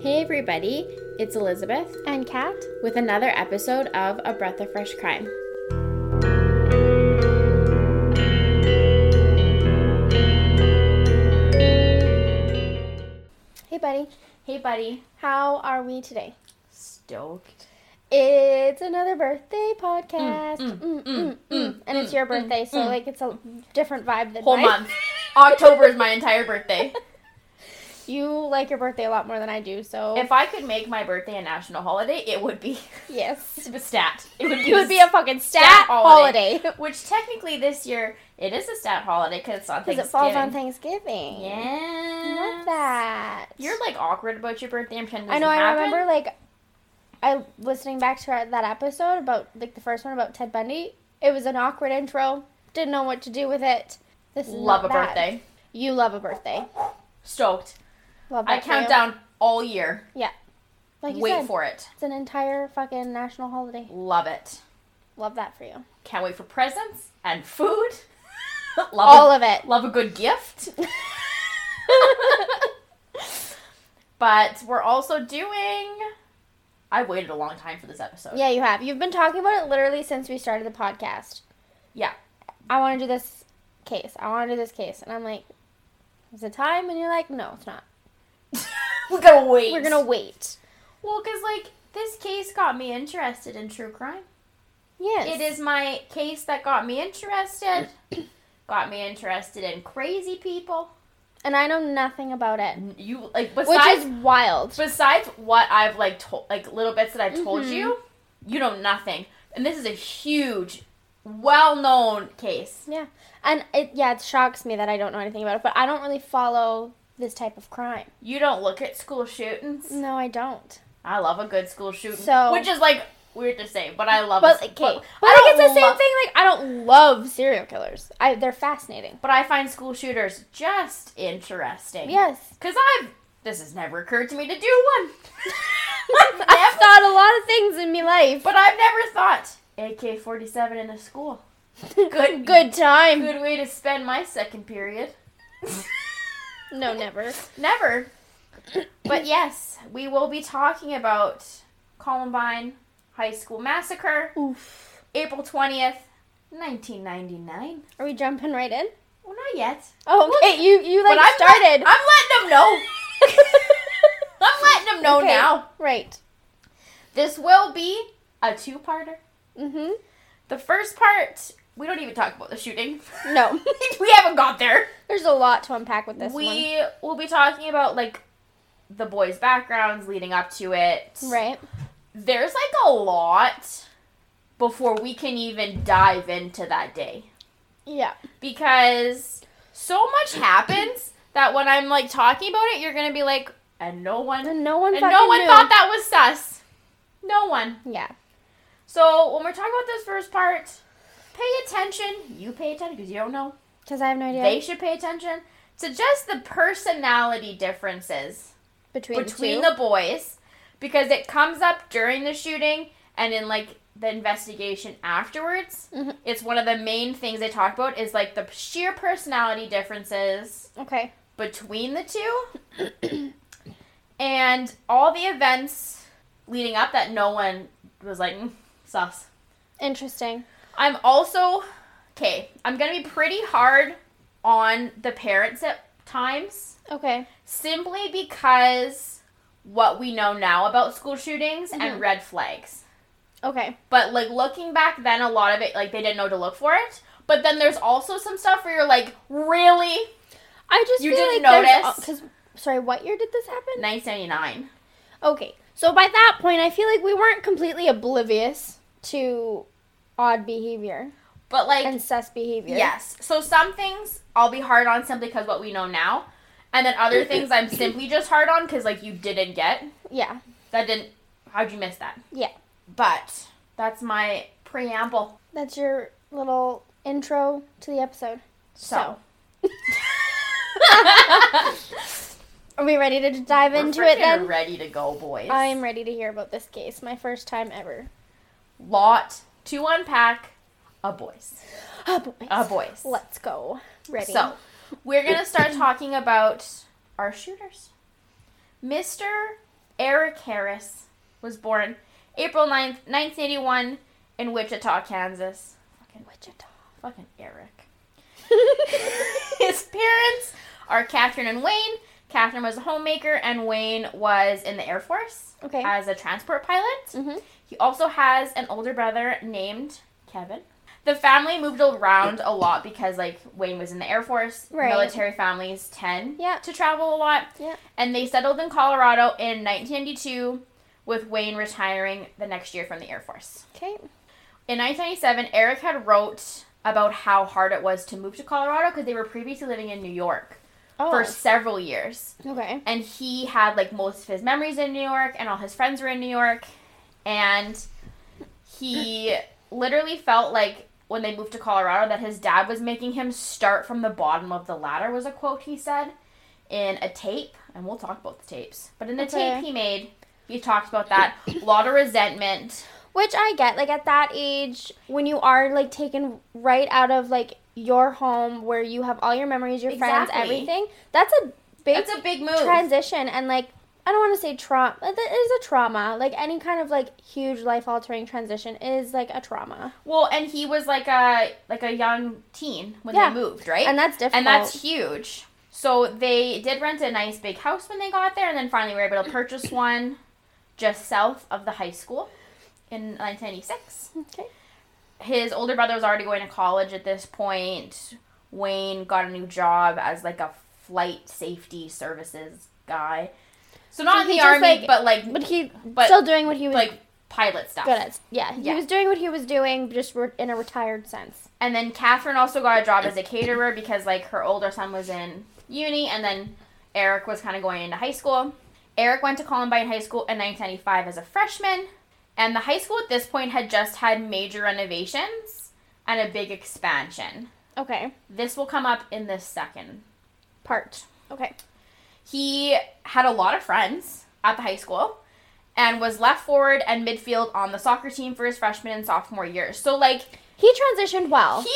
Hey, everybody, it's Elizabeth and Kat. with another episode of A Breath of Fresh Crime. Hey, buddy. Hey, buddy. How are we today? Stoked. It's another birthday podcast, Mm, mm, mm. and it's your birthday, so like it's a different vibe than Whole mine. month. October is my entire birthday. You like your birthday a lot more than I do, so If I could make my birthday a national holiday, it would be yes, a stat. It would be, it would be a fucking stat, stat holiday. holiday Which technically this year, it is a stat holiday because it's on because it Thanksgiving. falls on Thanksgiving. I Yeah. love that. You're like awkward about your birthday. I'm pretending I know. doesn't I happen. remember like I listening back to our, that episode about like the first one about Ted Bundy. It was an awkward intro. Didn't know what to do with it. This is Love a not that. birthday. You love a birthday. Stoked. Love that. I for count you. down all year. Yeah. Like you Wait said, for it. it's an entire fucking national holiday. Love it. Love that for you. Can't wait for presents and food. love All a, of it. Love a good gift. but we're also doing. I waited a long time for this episode. Yeah, you have. You've been talking about it literally since we started the podcast. Yeah. I want to do this case. I want to do this case. And I'm like, is it time? And you're like, no, it's not. We're gonna wait. We're going to wait. Well, because, like, this case got me interested in true crime. Yes. It is my case that got me interested. got me interested in crazy people. And I know nothing about it. You, like, Which besides. is wild. besides what I've like told, like little bits that I've told Mm-hmm. you, you know nothing. And this is a huge, well-known case. Yeah. And it, yeah, it shocks me that I don't know anything about it. But I don't really follow this type of crime. You don't look at school shootings. No, I don't. I love a good school shooting, So- which is like weird to say, but Oh. I love. But a- okay, but, I I think don't it's the same love- thing. Like I don't love serial killers. I they're fascinating. But I find school shooters just interesting. Yes, because I've this has never occurred to me to do one. I've thought a lot of things in my life. but I've never thought AK forty-seven in a school. Good, Good time. good way to spend my second period. No, never. Never. But yes, we will be talking about Columbine High School Massacre, Oof. April 20th, 1999. Are we jumping right in? Well, not yet. Oh, okay. You you But like I'm started. let- I'm letting them know. I'm letting them know Okay, now. Right. This will be a two parter. Mhm. The first part, we don't even talk about the shooting. No, we haven't got there. there's a lot to unpack with this one. we will be talking about, like, the boys' backgrounds leading up to it. Right. there's like a lot before we can even dive into that day Yeah. because so much happens that when I'm like talking about it, you're gonna be like, and no one, and And no one. fucking no one knew. thought that was sus. No one. Yeah. So when we're talking about this first part, pay attention. You pay attention because you don't know. Because I have no idea They should pay attention to just the personality differences between, between two. the boys because it comes up during the shooting and in like the investigation afterwards. Mhm. It's one of the main things they talk about is like the sheer personality differences Okay. between the two and all the events leading up that no one was like mm, sus. Interesting. I'm also okay. I'm gonna be pretty hard on the parents at times Okay. simply because what we know now about school shootings and Mhm. red flags. Okay. But like looking back then a lot of it like they didn't know to look for it. But then there's also some stuff where you're like, really? I just You feel didn't like there's notice? Because sorry, what year did this happen? 1999. Okay, so by that point, I feel like we weren't completely oblivious to odd behavior But like and sus behavior. yes. So some things I'll be hard on simply because what we know now. And then other things I'm simply just hard on because like you didn't get. Yeah. That didn't how'd you miss that? Yeah. But that's my preamble. That's your little intro to the episode. So, Are we ready to dive we're into it freaking then? ready to go, boys. I'm ready to hear about this case. My first time ever. lot to unpack a boys Oh, boys. a boys Let's go. Ready. Ah, so we're gonna start talking about our shooters mr Eric Harris was born April 9th, 1981, in Wichita, Kansas. Fucking Wichita. Fucking Eric. His parents are Catherine and Wayne. Catherine was a homemaker, and Wayne was in the Air Force Okay. as a transport pilot. Mhm. He also has an older brother named Kevin. The family moved around a lot because, like, Wayne was in the Air Force. Right. Military families tend Yeah. to travel a lot. Yeah. And they settled in Colorado in 1992, with Wayne retiring the next year from the Air Force. Okay. In 1997, Eric had wrote about how hard it was to move to Colorado because they were previously living in New York Oh. for several years Okay. and he had like most of his memories in New York, and all his friends were in New York, and he literally felt like when they moved to Colorado that his dad was making him start from the bottom of the ladder was a quote he said in a tape, and we'll talk about the tapes. But in the Okay. tape he made, he talked about that a lot of resentment. Which I get, like at that age, when you are like taken right out of like your home where you have all your memories, your friends, Exactly. everything. That's a big That's a big move. transition, and like I don't want to say trauma. It is a trauma. Like any kind of like huge life altering transition is like a trauma, well, and he was like a like a young teen when Yeah. they moved, right? and that's difficult. And that's huge. So they did rent a nice big house when they got there, and then finally were able to purchase one just south of the high school in 1996. okay. His older brother was already going to college at this point. Wayne got a new job as like a flight safety services guy. So not So in he the just, army, like- but like But he But, still doing what he was like pilot stuff. good at. Yeah, he Yeah. was doing what he was doing, just re- in a retired sense. And then Catherine also got a job as a caterer because like her older son was in uni, and then Eric was kind of going into high school. Eric went to Columbine High School in 1995 as a freshman, and the high school at this point had just had major renovations and a big expansion. Okay. This will come up in this second. Part. Okay. He had a lot of friends at the high school and was left forward and midfield on the soccer team for his freshman and sophomore years. So like He transitioned well. he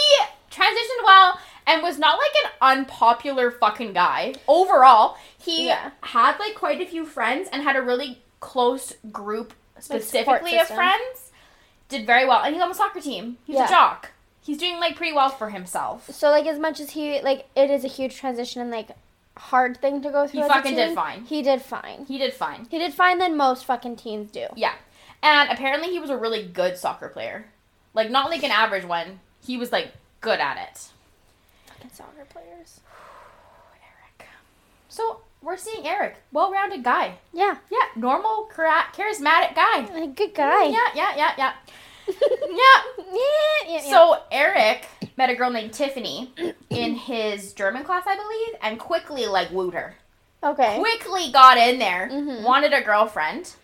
transitioned well and was not like an unpopular fucking guy overall he Yeah. had like quite a few friends and had a really close group support specifically of system. friends did very well and he's on the soccer team he's Yeah. a jock he's doing like pretty well for himself So like as much as he like it is a huge transition and like hard thing to go through. He as a fucking did teen, fine. He did fine. he did fine He did fine than most fucking teens do. yeah and apparently he was a really good soccer player like not like an average one he was like good at it Fucking soccer players. eric so we're seeing eric well-rounded guy Yeah, yeah normal chara- charismatic guy a good guy. Yeah, yeah, yeah, yeah. yeah. yeah, yeah, yeah. So Eric met a girl named Tiffany in his German class, I believe, and quickly like wooed her. okay. Quickly got in there, Mhm. wanted a girlfriend.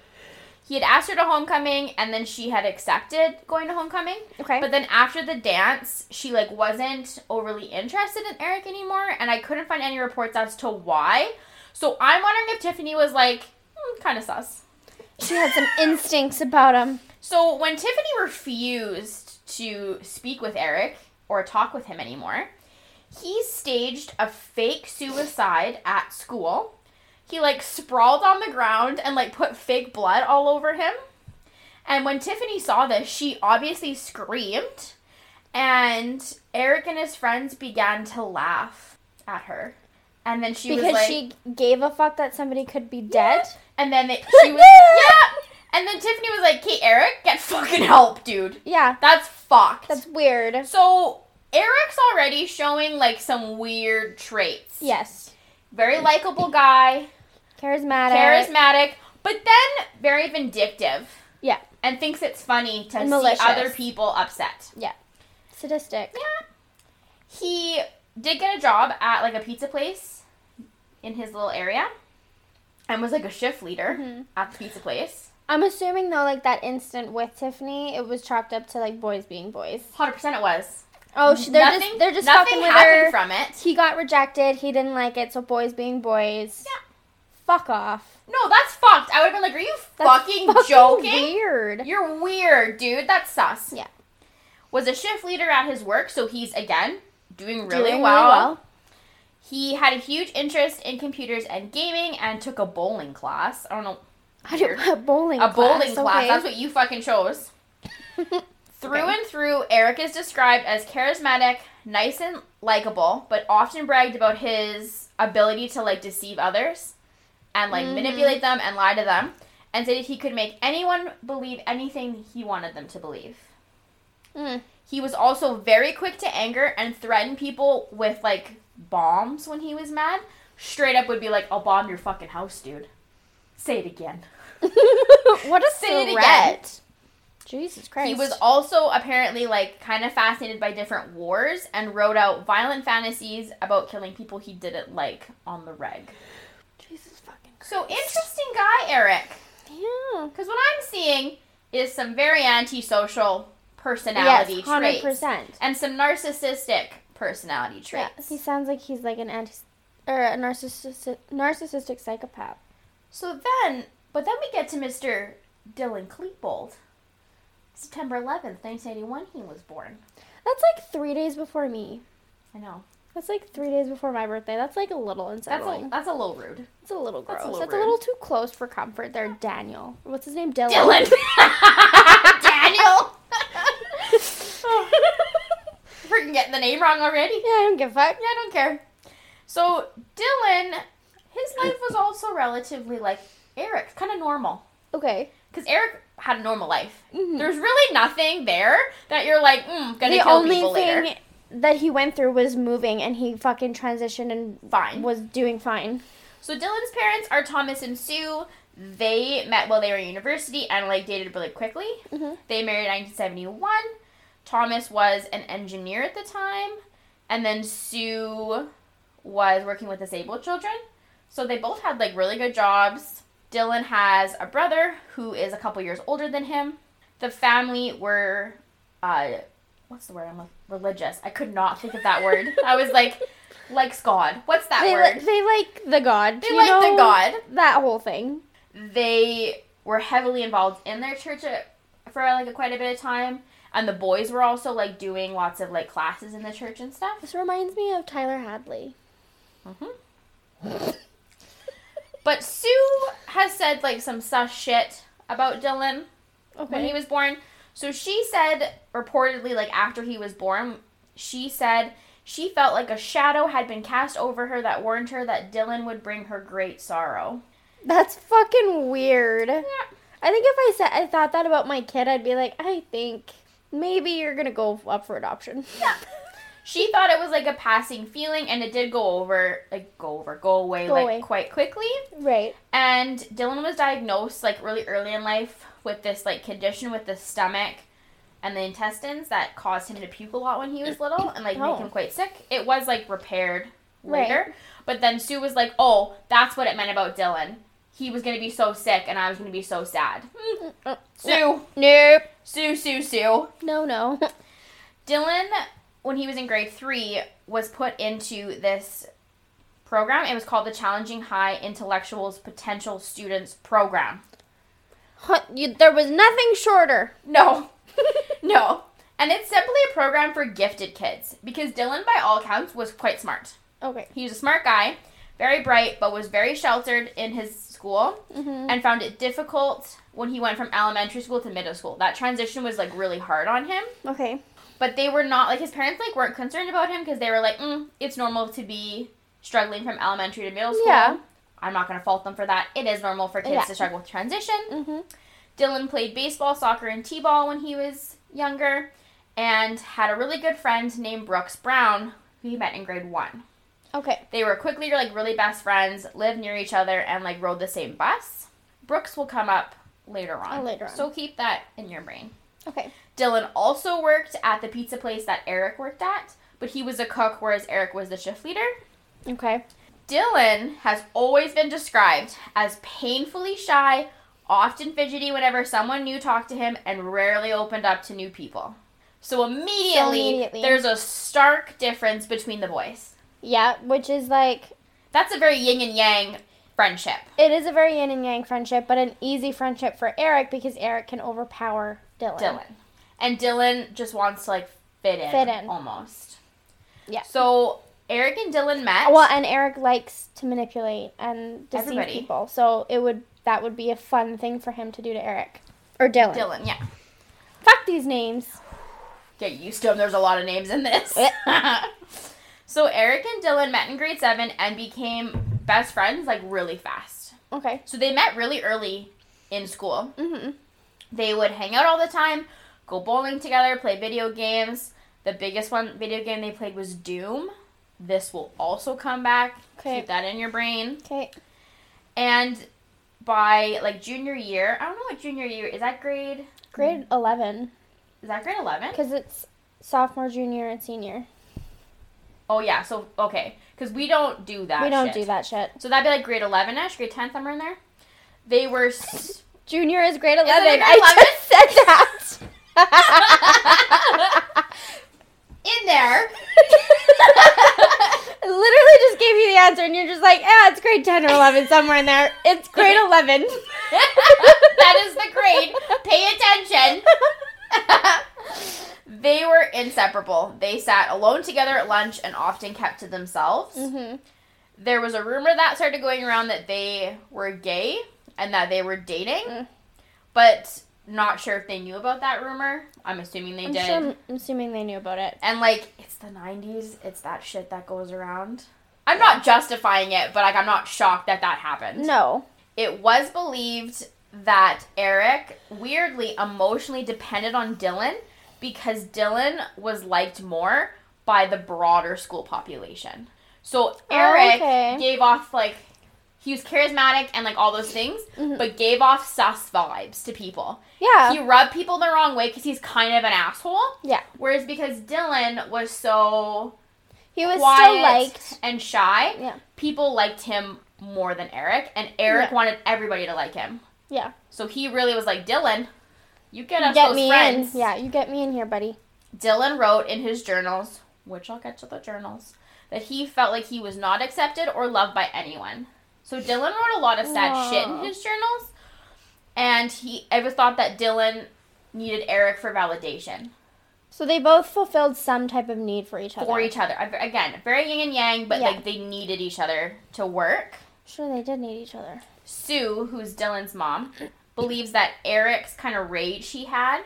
He had asked her to homecoming, and then she had accepted going to homecoming. okay. But then after the dance, she like wasn't overly interested in Eric anymore, and I couldn't find any reports as to why. So I'm wondering if Tiffany was like hmm, kind of sus. she had some instincts about him. So when Tiffany refused to speak with Eric or talk with him anymore, he staged a fake suicide at school. He like sprawled on the ground and like put fake blood all over him. And when Tiffany saw this, she obviously screamed, and Eric and his friends began to laugh at her. And then she was because like, she gave a fuck that somebody could be dead. and then they, she was, yeah. And then Tiffany was like, "Hey, Eric, get fucking help, dude." Yeah, That's fucked. that's weird. so Eric's already showing like some weird traits. Yes. Very likable guy, Charismatic. charismatic, but then very vindictive. Yeah. And thinks it's funny to And see malicious. other people upset. Sadistic. He did get a job at like a pizza place in his little area and was like a shift leader Mhm. at the pizza place. I'm assuming though, like that instant with Tiffany, it was chalked up to like boys being boys. 100% it was. Oh, she, they're just they're just fucking with happened her. from it. he got rejected. He didn't like it. So boys being boys. Yeah. Fuck off. No, that's fucked. I would have been like, are you That's fucking, joking? Weird. You're weird, dude. That's sus. Yeah. Was a shift leader at his work, so he's again doing really, Doing well. He had a huge interest in computers and gaming and took a bowling class. I don't know. I do a bowling a bowling class, class. okay. That's what you fucking chose. through Okay. and through, Eric is described as charismatic, nice and likable, but often bragged about his ability to like deceive others and like Mhm. manipulate them and lie to them, and said he could make anyone believe anything he wanted them to believe. Mm. He was also very quick to anger and threaten people with like bombs when he was mad. Straight up would be like, "I'll bomb your fucking house, dude." Say it again. what a Say it again. threat. Jesus Christ. He was also apparently like kind of fascinated by different wars and wrote out violent fantasies about killing people he didn't like on the reg. Jesus fucking So interesting guy, Eric. Yeah. Because what I'm seeing is some very antisocial personality yes, 100%. traits and some narcissistic personality Yeah, traits. he sounds like he's like an anti or a narcissistic narcissistic psychopath. So then, but then we get to Mr. Dylan Klebold. September 11th, 1981, he was born. That's like three days before me. I know. That's like three days before my birthday. That's like a little That's a, unsettling. that's a little rude. That's a, little gross. that's a That's a little little, rude. too close for comfort there, Daniel. What's his name? Dylan. Dylan. Daniel. Oh, Freaking getting the name wrong already. Yeah, I don't give a fuck. Yeah, I don't care. So Dylan, his life was also relatively like Eric's, kind of normal. Okay. Because Eric had a normal life. Mhm. There's really nothing there that you're like, mm, gonna the kill only people thing later. that he went through was moving, and he fucking transitioned and Fine. was doing fine. So Dylan's parents are Thomas and Sue. They met while they were in university and like dated really quickly. Mhm. They married in 1971. Thomas was an engineer at the time, and then Sue was working with disabled children. So they both had like really good jobs. Dylan has a brother who is a couple years older than him. The family were, uh, what's the word? I'm like, religious. I could not think of that word. I was like, likes God. What's that They, word? li- they like the god. They you like the know? God. That whole thing. They were heavily involved in their church at- for like quite a bit of time, and the boys were also like doing lots of like classes in the church and stuff. This reminds me of Tyler Hadley. But Sue has said like some sus shit about Dylan when he was born. So she said reportedly like after he was born, she said she felt like a shadow had been cast over her that warned her that Dylan would bring her great sorrow. That's fucking weird. I think if I said I thought that about my kid, I'd be like, I think maybe you're gonna go up for adoption. she thought it was like a passing feeling and it did go over like go over go away Go like away. quite quickly Right. and dylan was diagnosed like really early in life with this like condition with the stomach and the intestines that caused him to puke a lot when he was little and like Oh. make him quite sick it was like repaired Right. later but then sue was like oh that's what it meant about dylan he was gonna be so sick and i was gonna be so sad Mm. Mm, sue Nope. sue sue sue No, no. Dylan, when he was in grade three, was put into this program. It was called the Challenging High Intellectuals Potential Students Program. Huh, you, there was nothing shorter. No, no. And it's simply a program for gifted kids because Dylan, by all accounts, was quite smart. Okay. He was a smart guy, very bright, but was very sheltered in his school Mm-hmm. and found it difficult when he went from elementary school to middle school. That transition was like really hard on him. Okay. but they were not like his parents like weren't concerned about him because they were like mm, it's normal to be struggling from elementary to middle school Yeah. i'm not going to fault them for that it is normal for kids Yeah. to struggle with transition Mm-hmm. dylan played baseball soccer and t-ball when he was younger and had a really good friend named brooks brown who he met in grade one Okay. they were quickly like really best friends lived near each other and like rode the same bus brooks will come up later on Oh, later on. so keep that in your brain Okay. Dylan also worked at the pizza place that Eric worked at, but he was a cook, whereas Eric was the shift leader. Okay. Dylan has always been described as painfully shy, often fidgety whenever someone new talked to him, and rarely opened up to new people. So immediately, immediately. there's a stark difference between the boys. Yeah, which is like That's a very yin and yang friendship. it is a very yin and yang friendship, but an easy friendship for Eric because Eric can overpower Dylan. Dylan. And Dylan just wants to like fit in, Fit in. almost. Yeah. So Eric and Dylan met. Well, and Eric likes to manipulate and deceive Everybody. people, so it would that would be a fun thing for him to do to Eric or Dylan. Dylan, yeah. Fuck these names. Get used to them. There's a lot of names in this. Eh. so Eric and Dylan met in grade seven and became best friends like really fast. Okay. So they met really early in school. Mm-hmm. They would hang out all the time, go bowling together, play video games. The biggest one video game they played was Doom. This will also come back. Okay. Keep that in your brain. Okay. And by like junior year, I don't know what junior year is that grade? Grade eleven, Is that grade 11? because it's sophomore, junior, and senior. Oh yeah, so okay, cuz we don't do that we don't Ah, shit. do that shit. So that'd be like grade 11ish, grade 10 somewhere in there. They were s- Junior is grade it eleven. grade I just said that. in there. Literally just gave you the answer, and you're just like, yeah, it's grade ten or eleven somewhere in there. It's grade eleven. that is the grade. Pay attention. they were inseparable. They sat alone together at lunch and often kept to themselves. mm-hmm. There was a rumor that started going around that they were gay and that they were dating, Mm. but not sure if they knew about that rumor. I'm assuming they I'm, did. sure, I'm assuming they knew about it. And like, it's the 90s. It's that shit that goes around. I'm not justifying it, but like, I'm not shocked that that happened. No. It was believed that Eric weirdly emotionally depended on Dylan because Dylan was liked more by the broader school population. So Eric okay. gave off like he was charismatic and like all those things, Mhm. but gave off sus vibes to people. Yeah. He rubbed people the wrong way because he's kind of an asshole. yeah. Whereas because Dylan was so He was still quiet liked. and shy, Yeah. people liked him more than Eric, and Eric Yeah. wanted everybody to like him. Yeah. So he really was like, Dylan, you get us You get those me friends. in. Yeah, you get me in here, buddy. Dylan wrote in his journals, which I'll get to the journals, that he felt like he was not accepted or loved by anyone. So Dylan wrote a lot of sad Aw. shit in his journals, and he it was thought that Dylan needed Eric for validation So they both fulfilled some type of need for each other. for each other. I- Again, very yin and yang, but Yeah. like they needed each other to work. Sure, they did need each other. Sue, who's Dylan's mom, believes that Eric's kind of rage he had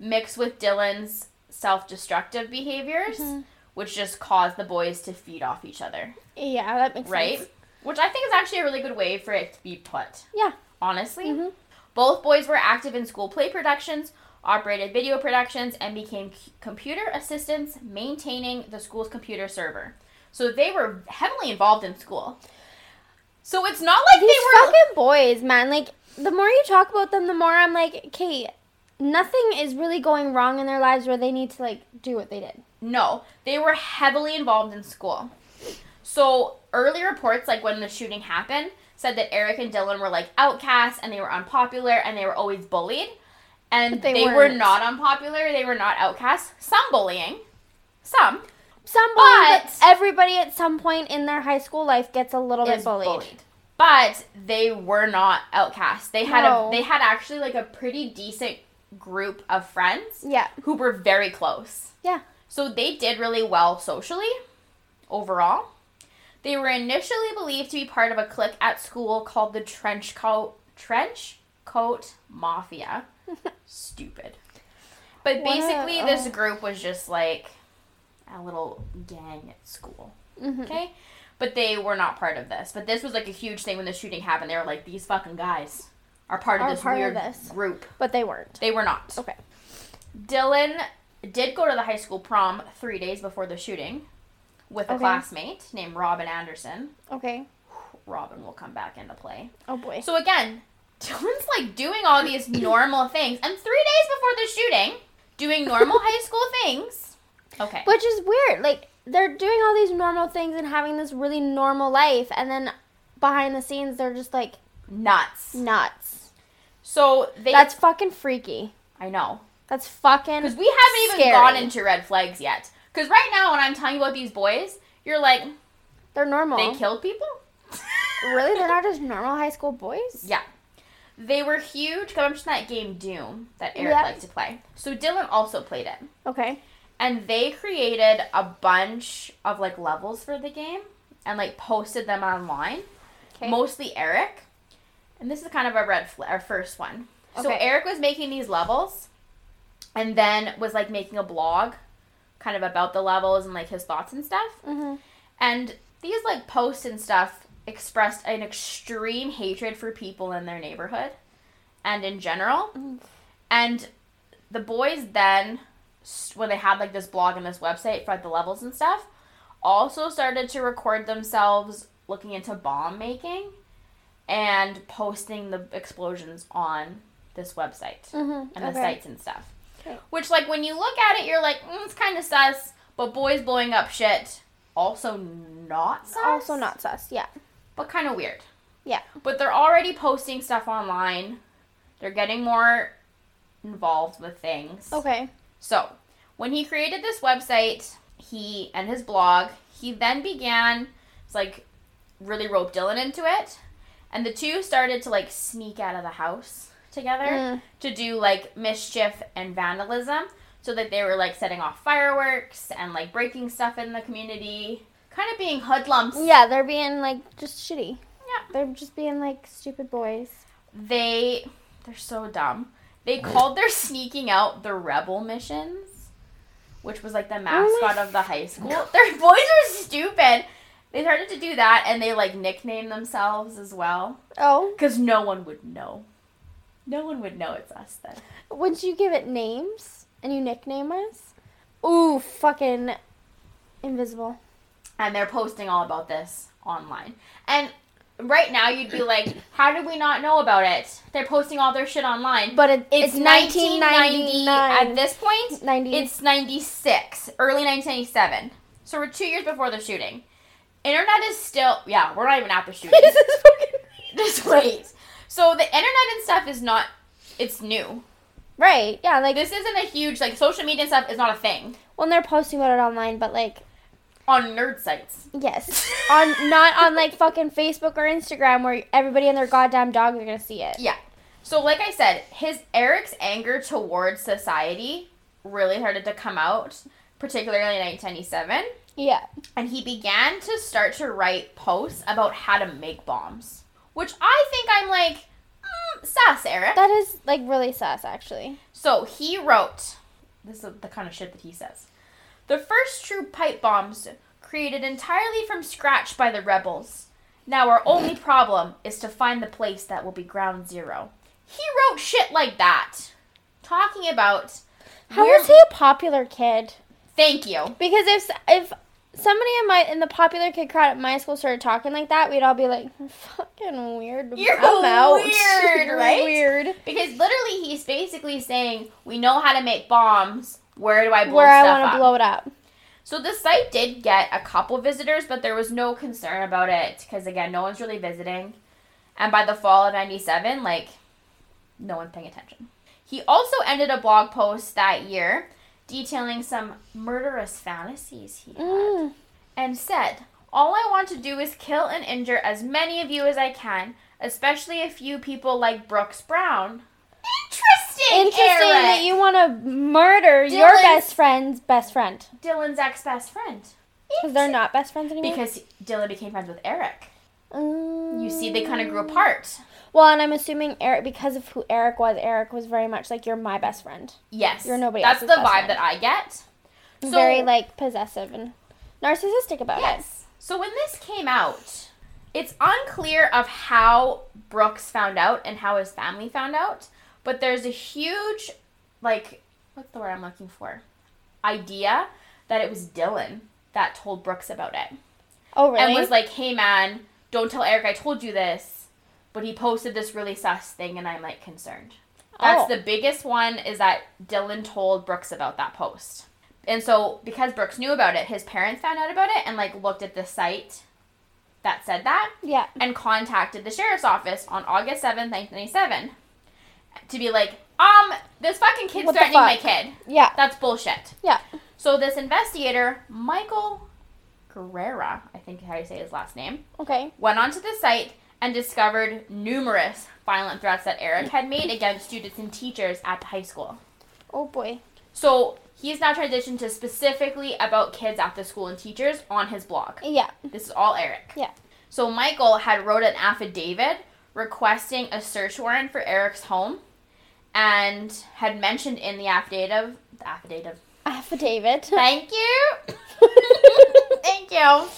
mixed with Dylan's self destructive behaviors, Mhm. which just caused the boys to feed off each other, Yeah, that makes right? sense. Which I think is actually a really good way for it to be put, Yeah. honestly. Mhm. Both boys were active in school play productions, operated video productions, and became c- computer assistants maintaining the school's computer server. So they were heavily involved in school. So it's not like These they were fucking boys, man. Like the more you talk about them, the more I'm like, Kate, nothing is really going wrong in their lives where they need to like do what they did. No, they were heavily involved in school. So early reports, like when the shooting happened, said that Eric and Dylan were like outcasts and they were unpopular and they were always bullied. And But they, they were weren't. not unpopular. They were not outcasts. Some bullying, some Some bullying, but But- everybody at some point in their high school life gets a little bit is bullied. bullied. But they were not outcasts. They had No. a they had actually like a pretty decent group of friends Yeah, who were very close. yeah. So they did really well socially overall. They were initially believed to be part of a clique at school called the trench coat trench coat mafia. Stupid. But Wow. basically Oh. this group was just like a little gang at school. hmm Okay? But they were not part of this. But this was like a huge thing when the shooting happened. They were like, these fucking guys are part of Are this part of weird this. group. But they weren't. They were not. Okay. Dylan did go to the high school prom three days before the shooting with a Okay. classmate named Robin Anderson. Okay. Robin will come back into play. Oh boy. So again, Dylan's like doing all these normal things, and three days before the shooting, doing normal high school things. Okay. Which is weird. Like they're doing all these normal things and having this really normal life, and then behind the scenes they're just like Nuts. nuts. So they. Mm. That's fucking freaky. I know. That's fucking. Because we haven't even Scary. gone into red flags yet. Because right now, when I'm telling you about these boys, you're like, They're normal. they killed people? really? They're not just normal high school boys? Yeah. They were huge coming from that game Doom that Eric Yeah. liked to play. So Dylan also played it. Okay. And they created a bunch of like levels for the game and like posted them online. Okay. Mostly Eric. And this is kind of our red fl- our first one. So Okay. Eric was making these levels, and then was like making a blog, kind of about the levels and like his thoughts and stuff. Mm-hmm. And these like posts and stuff expressed an extreme hatred for people in their neighborhood and in general. Mm. And the boys then, s- when they had like this blog and this website for like, the levels and stuff, also started to record themselves looking into bomb making and posting the explosions on this website Mm-hmm. and the sites and stuff. Okay. Which, like, when you look at it, you're like, mm, it's kind of sus, but boys blowing up shit also not sus. Also not sus. Yeah. But kind of weird. Yeah. But they're already posting stuff online, they're getting more involved with things. Okay. So, when he created this website, he and his blog, he then began to like really rope Dylan into it, and the two started to like sneak out of the house together Mm. to do like mischief and vandalism, so that they were like setting off fireworks and like breaking stuff in the community, kind of being hoodlums. Yeah, they're being like just shitty. Yeah. They're just being like stupid boys. They they're so dumb. They called their sneaking out the rebel missions. Which was like the mascot of the high school. Their boys are stupid. They started to do that and they like nicknamed themselves as well. Oh, Because no one would know. No one would know it's us then. once you give it names and you nickname us, ooh, fucking invisible. And they're posting all about this online. And right now you'd be like, how did we not know about it? They're posting all their shit online. But it, it's, 1990 at this point. 90. It's 96, early 1997. So we're two years before the shooting. Internet is still, yeah, we're not even at the shooting. this is fucking Just wait. So the internet and stuff is not, it's new. right. Yeah, like This isn't a huge, like, social media and stuff is not a thing when they're posting about it online, but like on nerd sites. yes, on not on like fucking Facebook or Instagram where everybody and their goddamn dog are gonna see it. Yeah. So, like I said, his Eric's anger towards society really started to come out, particularly in 1997. Yeah. and he began to start to write posts about how to make bombs, which I think I'm like, mm, sus, Eric. That is like really sus, actually. so he wrote, this is the kind of shit that he says. The first true pipe bombs created entirely from scratch by the rebels. Now our only problem is to find the place that will be ground zero. He wrote shit like that, talking about. How where- was he a popular kid? Thank you. Because if if somebody in my in the popular kid crowd at my school started talking like that, we'd all be like, "Fucking weird." You're I'm out." weird, You're right? Weird. Because literally, he's basically saying, "We know how to make bombs. Where do I blow Where I stuff want up?" to blow it up. So the site did get a couple visitors, but there was no concern about it because again, no one's really visiting. And by the fall of 97, like no one's paying attention. He also ended a blog post that year detailing some murderous fantasies he had Mm. and said, "All I want to do is kill and injure as many of you as I can, especially a few people like Brooks Brown." Interesting. Interesting that Eric. you want to murder your Dylan's- best friend's best friend Dylan's ex-best friend. because they're not best friends anymore. Because Dylan became friends with Eric. Mm. You see, they kind of grew apart. Well, and I'm assuming Eric because of who Eric was. Eric was very much like you're my best friend. Yes. You're nobody That's the else's vibe best friend. that I get. So, very like possessive and narcissistic about it. Yes. So when this came out, it's unclear of how Brooks found out and how his family found out, but there's a huge, like, what's the word I'm looking for? Idea that it was Dylan that told Brooks about it. Oh really? And was like, hey man, don't tell Eric I told you this, but he posted this really sus thing and I'm like concerned. That's Oh. the biggest one is that Dylan told Brooks about that post. And so because Brooks knew about it, his parents found out about it and like looked at the site that said that yeah. and contacted the sheriff's office on August 7th, 1997 to be like, um, this fucking kid's What the threatening my fuck? kid. Yeah. That's bullshit. Yeah. So this investigator, Michael Guerrera, I think is how you say his last name, Okay. went onto the site and discovered numerous violent threats that Eric had made against students and teachers at the high school. Oh boy. So he's now transitioned to specifically about kids at the school and teachers on his blog. Yeah. This is all Eric. Yeah. So Michael had wrote an affidavit requesting a search warrant for Eric's home and had mentioned in the affidavit, the affidavit, Affidavit. thank you, thank you,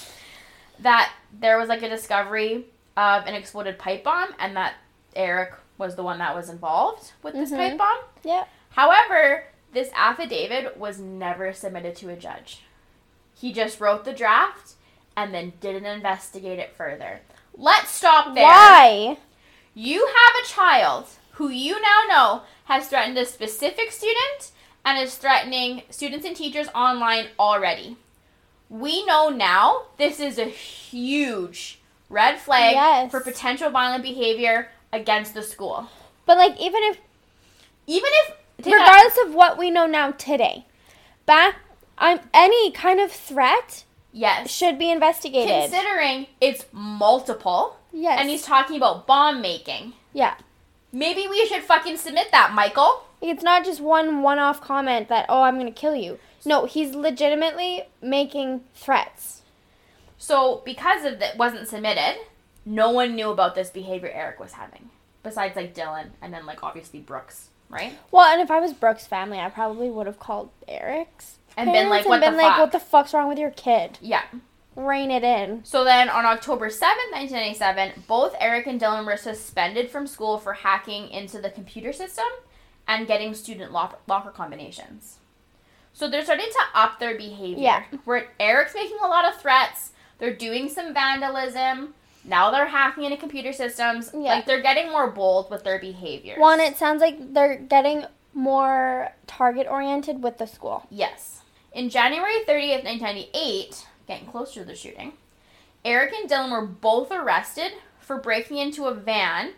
that there was like a discovery of an exploded pipe bomb and that Eric was the one that was involved with this Mhm. pipe bomb. yep. However, this affidavit was never submitted to a judge. He just wrote the draft and then didn't investigate it further. Let's stop there. Why? You have a child who you now know has threatened a specific student and is threatening students and teachers online already. We know now this is a huge red flag Yes. for potential violent behavior against the school. But like, even if Even if take that- regardless of what we know now today, back um, any kind of threat yes, should be investigated. Considering it's multiple, yes. and he's talking about bomb making. yeah. Maybe we should fucking submit that, Michael. It's not just one one-off comment that oh I'm gonna kill you. No, he's legitimately making threats. So because of that wasn't submitted, no one knew about this behavior Eric was having. Besides like Dylan and then like obviously Brooks, right? Well, and if I was Brooke's family, I probably would have called Eric's And been like, parents what and been the like, fuck? what the fuck's wrong with your kid? yeah. Rein it in. So then on October 7th, 1997, both Eric and Dylan were suspended from school for hacking into the computer system and getting student lock- locker combinations. So they're starting to up their behavior. Yeah. Where Eric's making a lot of threats, they're doing some vandalism. Now they're hacking into computer systems. Yeah. Like they're getting more bold with their behaviors. One, it sounds like they're getting more target oriented with the school. Yes. In January 30th, 1998, getting closer to the shooting, Eric and Dylan were both arrested for breaking into a van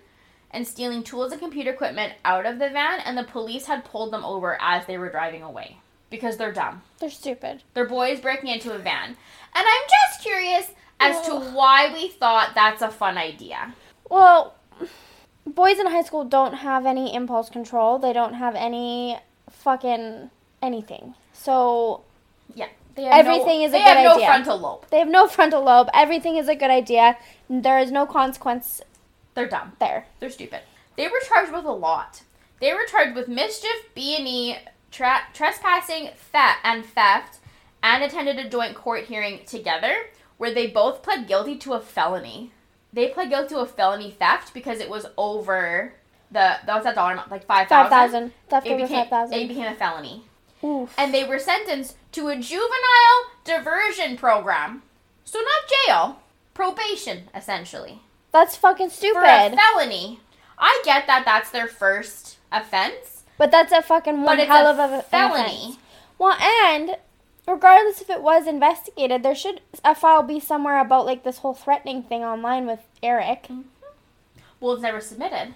and stealing tools and computer equipment out of the van, and the police had pulled them over as they were driving away because they're dumb. They're stupid. They're boys breaking into a van. And I'm just curious as to Ugh. why we thought that's a fun idea. Well, boys in high school don't have any impulse control. They don't have any fucking anything. So Yeah. They have no- Everything is a they good have no idea. frontal lobe. They have no frontal lobe. Everything is a good idea. There is no consequence They're dumb. there. They're stupid. They were charged with a lot. They were charged with mischief, B&E, tra- trespassing, theft, and theft, and attended a joint court hearing together where they both pled guilty to a felony. They pled guilty to a felony theft because it was over the that was that dollar amount, like five Five thousand. thousand. Theft It over became five it thousand. became a felony, Oof. and they were sentenced to a juvenile diversion program. So not jail, probation essentially That's fucking for a stupid. felony. I get that that's their first offense, But that's a fucking but one it's hell a of a an felony. offense. Well, and regardless if it was investigated, there should a file be somewhere about like this whole threatening thing online with Eric. Mm-hmm. Well, it's never submitted.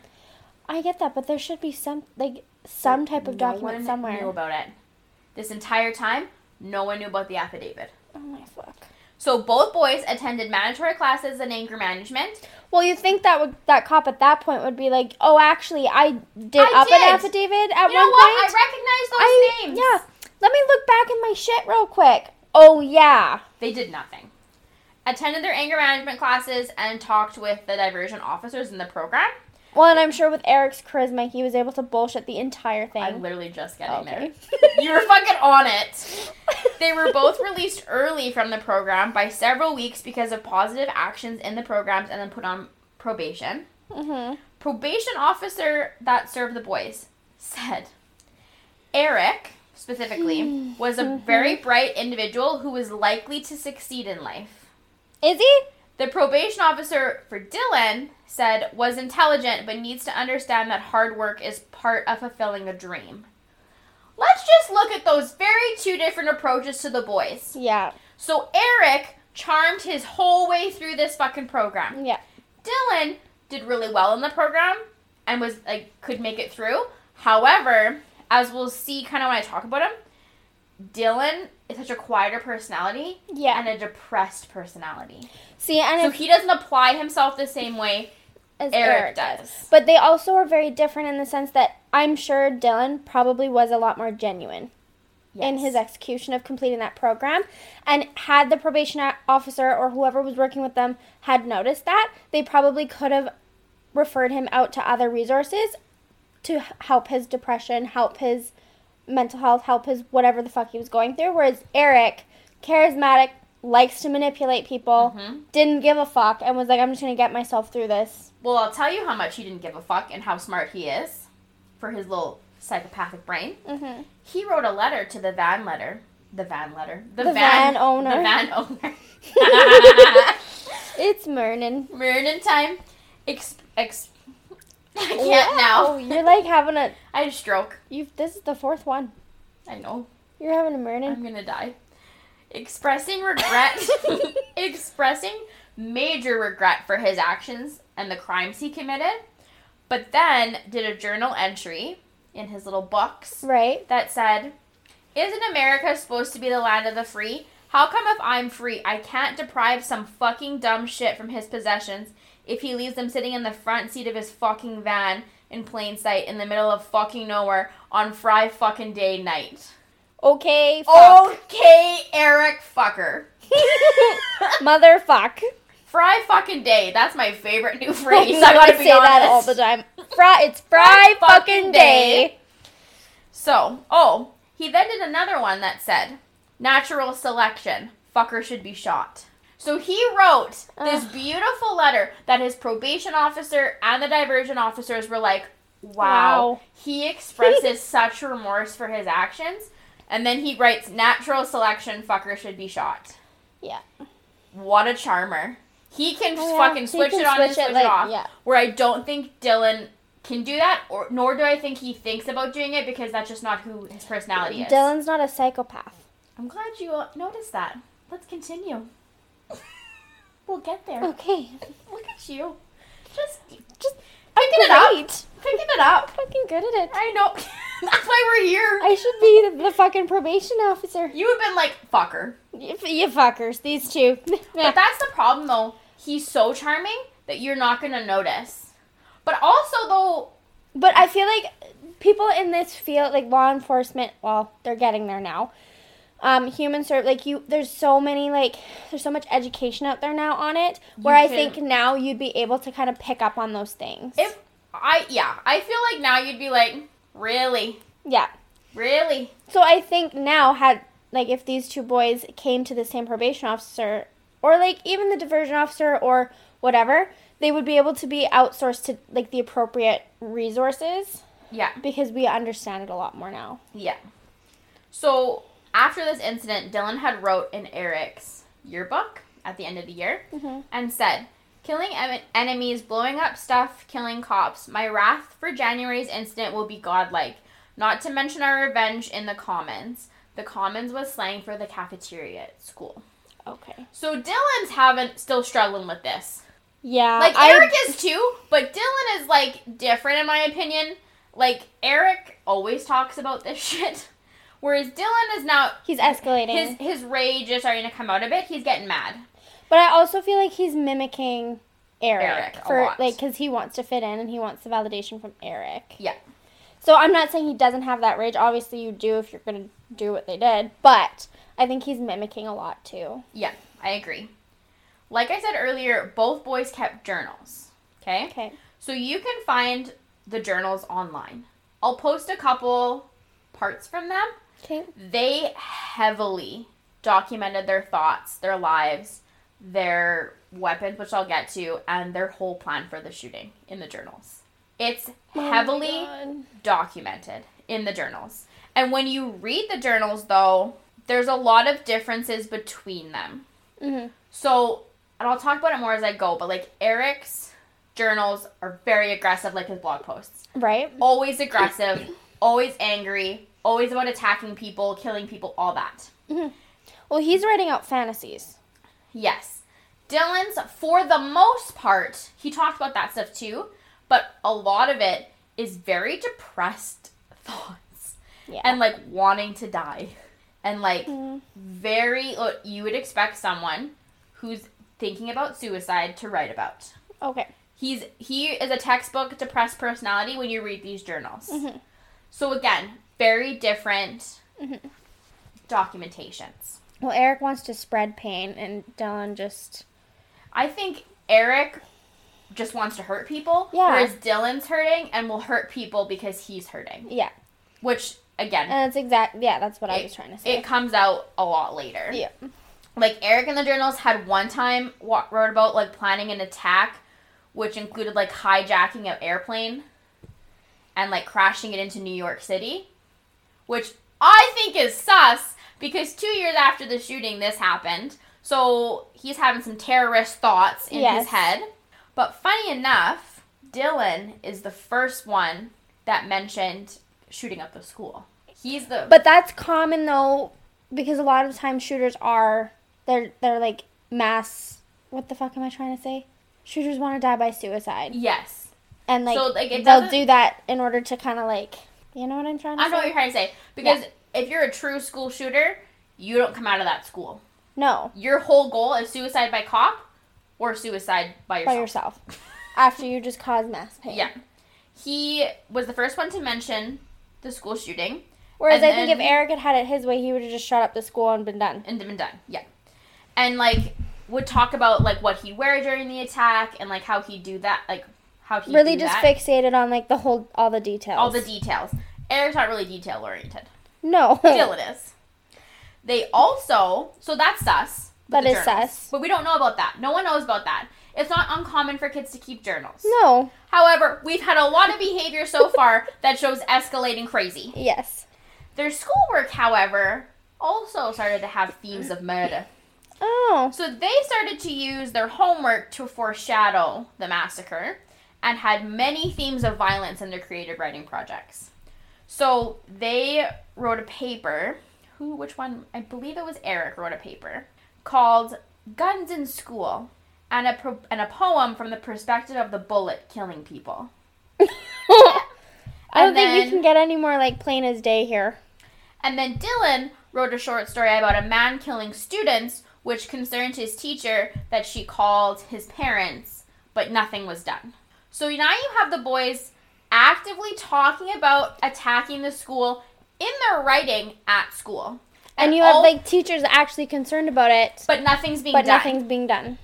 I get that, but there should be some like some type of document one somewhere. Knew about it. This entire time, no one knew about the affidavit. Oh my fuck. So both boys attended mandatory classes in anger management. Well, you think that would that cop at that point would be like, "Oh, actually, I did I up did. an affidavit at You one know what? point." I recognize those names. Yeah. Let me look back in my shit real quick. Oh yeah. They did nothing. Attended their anger management classes and talked with the diversion officers in the program. Well, and I'm sure with Eric's charisma, he was able to bullshit the entire thing. I'm literally just getting there. okay. You were fucking on it. They were both released early from the program by several weeks because of positive actions in the programs and then put on probation. Mhm. Probation officer that served the boys said Eric, specifically, was a very bright individual who was likely to succeed in life. Is he? The probation officer for Dylan said was intelligent but needs to understand that hard work is part of fulfilling a dream. Let's just look at those very two different approaches to the boys. Yeah. So Eric charmed his whole way through this fucking program. Yeah. Dylan did really well in the program and was like could make it through. However, as we'll see kind of when I talk about him, Dylan is such a quieter personality Yeah. and a depressed personality. See, and So if, he doesn't apply himself the same way as Eric, Eric does. But they also are very different in the sense that I'm sure Dylan probably was a lot more genuine in Yes. his execution of completing that program. And had the probation o- officer or whoever was working with them had noticed that, they probably could have referred him out to other resources to h- help his depression, help his mental health, help his whatever the fuck he was going through. Whereas Eric, charismatic, likes to manipulate people, Mm-hmm. didn't give a fuck, and was like, I'm just gonna get myself through this. Well, I'll tell you how much he didn't give a fuck and how smart he is for his little psychopathic brain. Mm-hmm. He wrote a letter to the van letter. The van letter. The van owner. The van owner. It's Mernon. Mernon time. Ex- ex- I can't now. Wow, You're like having a. I had a stroke. You. This is the fourth one. I know. You're having a Mernon. I'm gonna die. Expressing regret. expressing major regret for his actions and the crimes he committed, but then did a journal entry in his little books Right. that said, Isn't America supposed to be the land of the free? How come if I'm free, I can't deprive some fucking dumb shit from his possessions if he leaves them sitting in the front seat of his fucking van in plain sight in the middle of fucking nowhere on Fry fucking day night? Okay. Fuck. Oh. Okay, Eric fucker. Motherfuck. Fry fucking day. That's my favorite new phrase. I I gotta say be honest. that all the time. Fry. It's fry Fry fucking fucking day. So, oh, he then did another one that said, "Natural selection. Fucker should be shot." So he wrote this beautiful letter that his probation officer and the diversion officers were like, "Wow." Wow. He expresses such remorse for his actions, and then he writes, "Natural selection. Fucker should be shot." Yeah. What a charmer. He can Oh, yeah. fucking He switch can it on and switch it, switch like, it off. yeah. Where I don't think Dylan can do that, or nor do I think he thinks about doing it because that's just not who his personality is. Dylan's not a psychopath. I'm glad you uh, noticed that. Let's continue. we'll get there. Okay. Look at you. Just Oh. Just picking it up. great. Picking it up. Fucking good at it. I know. that's why we're here. I should be the, the fucking probation officer. you have been like, fucker. You, you fuckers, these two. But that's the problem, though. He's so charming that you're not going to notice. But also, though, But I feel like people in this field, like law enforcement, well, they're getting there now. Um, human serve, like you, there's so many, like, there's so much education out there now on it. Where I can- think now you'd be able to kind of pick up on those things. If I yeah, I feel like now you'd be like, really, yeah. really. So I think now had like if these two boys came to the same probation officer or like even the diversion officer or whatever, they would be able to be outsourced to like the appropriate resources Yeah, because we understand it a lot more now. yeah. So after this incident, Dylan had wrote in Eric's yearbook at the end of the year Mhm. and said, "Killing em- enemies, blowing up stuff, killing cops. My wrath for January's incident will be godlike. Not to mention our revenge in the commons. The commons was slang for the cafeteria at school." Okay. So Dylan's having still struggling with this. Yeah. Like Uh, I- Eric is too, but Dylan is like different in my opinion. Like Eric always talks about this shit, whereas Dylan is now he's escalating. his his rage is starting to come out a bit. He's getting mad. but I also feel like he's mimicking Eric, Eric a for lot. like cuz he wants to fit in and he wants the validation from Eric. Yeah. So I'm not saying he doesn't have that rage. Obviously you do if you're going to do what they did, but I think he's mimicking a lot too. Yeah, I agree. Like I said earlier, both boys kept journals. Okay? Okay. So you can find the journals online. I'll post a couple parts from them. Okay. they heavily documented their thoughts, their lives, their weapons, which I'll get to, and their whole plan for the shooting in the journals. It's Oh heavily documented in the journals. And when you read the journals, though, there's a lot of differences between them. Mhm. So, and I'll talk about it more as I go, but like Eric's journals are very aggressive, like his blog posts Right. always aggressive, always angry, always about attacking people, killing people, all that. Well, he's writing out fantasies. Yes. Dylan's, for the most part, he talked about that stuff too, but a lot of it is very depressed thoughts Yeah. and like wanting to die. And like Mhm. very, uh, you would expect someone who's thinking about suicide to write about. okay. He's he is a textbook depressed personality when you read these journals. Mhm. So again, very different Mhm. documentations. Well, Eric wants to spread pain, and Dylan just I think Eric just wants to hurt people. Yeah. Whereas Dylan's hurting and will hurt people because he's hurting. Yeah. Which again, And that's exact. Yeah, that's what I it- was trying to say. it comes out a lot later. yeah. Like Eric in the journals had one time wa- wrote about like planning an attack, which included like hijacking an airplane, and like crashing it into New York City, which I think is sus because two years after the shooting, this happened. So he's having some terrorist thoughts in Yes. his head. But funny enough, Dylan is the first one that mentioned shooting up the school. He's the But that's common though, because a lot of times shooters are they're they're like mass. What the fuck am I trying to say? Shooters want to die by suicide, yes. and like, So, like, it they'll doesn't- do that in order to kind of like, you know what I'm trying to I know what say? you're trying to say because if you're a true school shooter, you don't come out of that school. no, Your whole goal is suicide by cop or suicide by yourself. by yourself, after you just cause mass pain. Yeah. He was the first one to mention the school shooting Whereas And I think if then- Eric had had it his way, he would have just shot up the school and been done. and been done. Yeah. And like would talk about like what he'd wear during the attack and like how he'd do that, like how he really do just that. fixated on like the whole all the details. all the details. Eric's not really detail oriented. no. Still it is. They also so that's sus. with That the is sus. But we don't know about that. No one knows about that. It's not uncommon for kids to keep journals. no. However, we've had a lot of behavior so far that shows escalating crazy. Yes. Their schoolwork, however, also started to have themes of murder. Oh. So they started to use their homework to foreshadow the massacre and had many themes of violence in their creative writing projects. So they wrote a paper, who which one? I believe it was Eric wrote a paper called Guns in School and a pro- and a poem from the perspective of the bullet killing people. I don't And think then- you can get any more like plain as day here. And then Dylan wrote a short story about a man killing students, which concerned his teacher that she called his parents, but nothing was done. So now you have the boys actively talking about attacking the school in their writing at school. And you have all- like teachers actually concerned about it, but nothing's being but done. nothing's being done.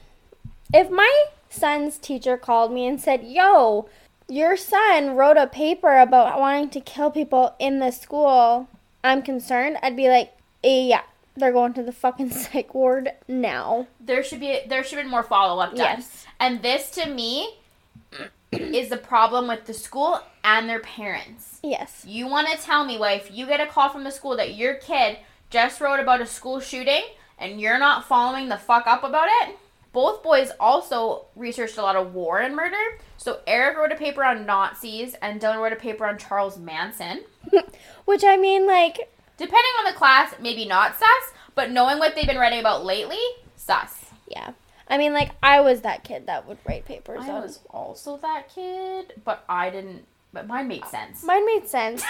If my son's teacher called me and said, "Yo, your son wrote a paper about wanting to kill people in the school. I'm concerned." I'd be like, eh, "Yeah, they're going to the fucking psych ward now." There should be there should be more follow up done. Yes. And this to me is the problem with the school and their parents. Yes. You want to tell me, well, if you get a call from the school that your kid just wrote about a school shooting and you're not following the fuck up about it? Both boys also researched a lot of war and murder. So Eric wrote a paper on Nazis and Dylan wrote a paper on Charles Manson. Which I mean, like, Depending on the class, maybe not sus, but knowing what they've been writing about lately, sus. yeah. I mean, like, I was that kid that would write papers. I on- was also that kid, but I didn't. But mine made sense. Mine made sense.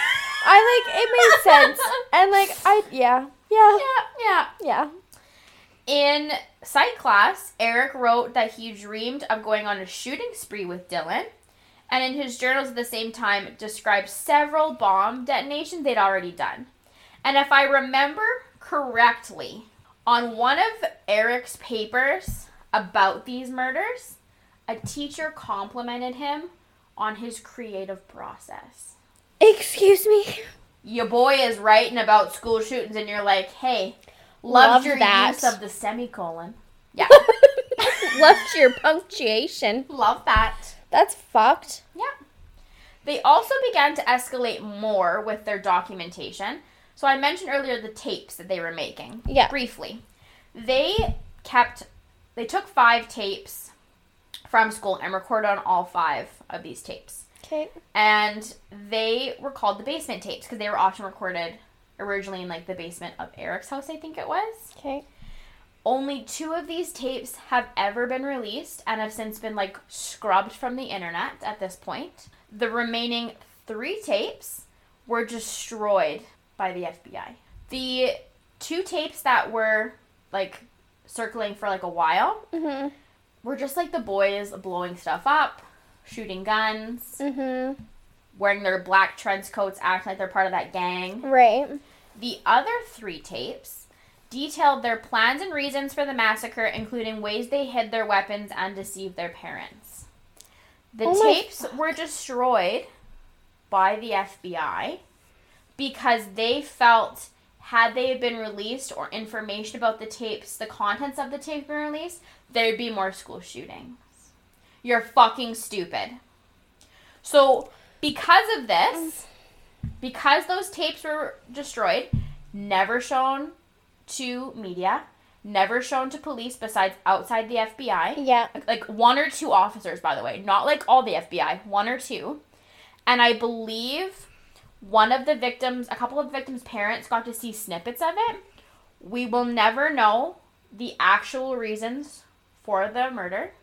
I like it made sense, and like, I yeah, yeah, yeah, yeah. yeah. In psych class, Eric wrote that he dreamed of going on a shooting spree with Dylan, and in his journals at the same time described several bomb detonations they'd already done. And if I remember correctly, on one of Eric's papers about these murders, a teacher complimented him on his creative process. Excuse me. Your boy is writing about school shootings, and you're like, hey, loved Love your that. use of the semicolon. Yeah. Left your punctuation. Love that. That's fucked. Yeah. They also began to escalate more with their documentation. So I mentioned earlier the tapes that they were making. Yeah. Briefly. They kept they took 5 tapes from school and recorded on all 5 of these tapes. Okay. And they were called the basement tapes because they were often recorded originally in like the basement of Eric's house, I think it was. Okay. Only two of these tapes have ever been released and have since been like scrubbed from the internet at this point. The remaining three tapes were destroyed by the FBI. The two tapes that were like circling for like a while Mhm. were just like the boys blowing stuff up, shooting guns, Mhm. wearing their black trench coats, acting like they're part of that gang. Right. The other three tapes detailed their plans and reasons for the massacre, including ways they hid their weapons and deceived their parents. The Oh my tapes were destroyed by the FBI because they felt had they been released or information about the tapes, the contents of the tape been released, there'd be more school shootings. You're fucking stupid. So because of this, because those tapes were destroyed, never shown to media, never shown to police besides outside the FBI Yeah. like one or two officers, by the way, not like all the FBI, one or two. And I believe one of the victims, a couple of victims' parents got to see snippets of it. We will never know the actual reasons for the murder,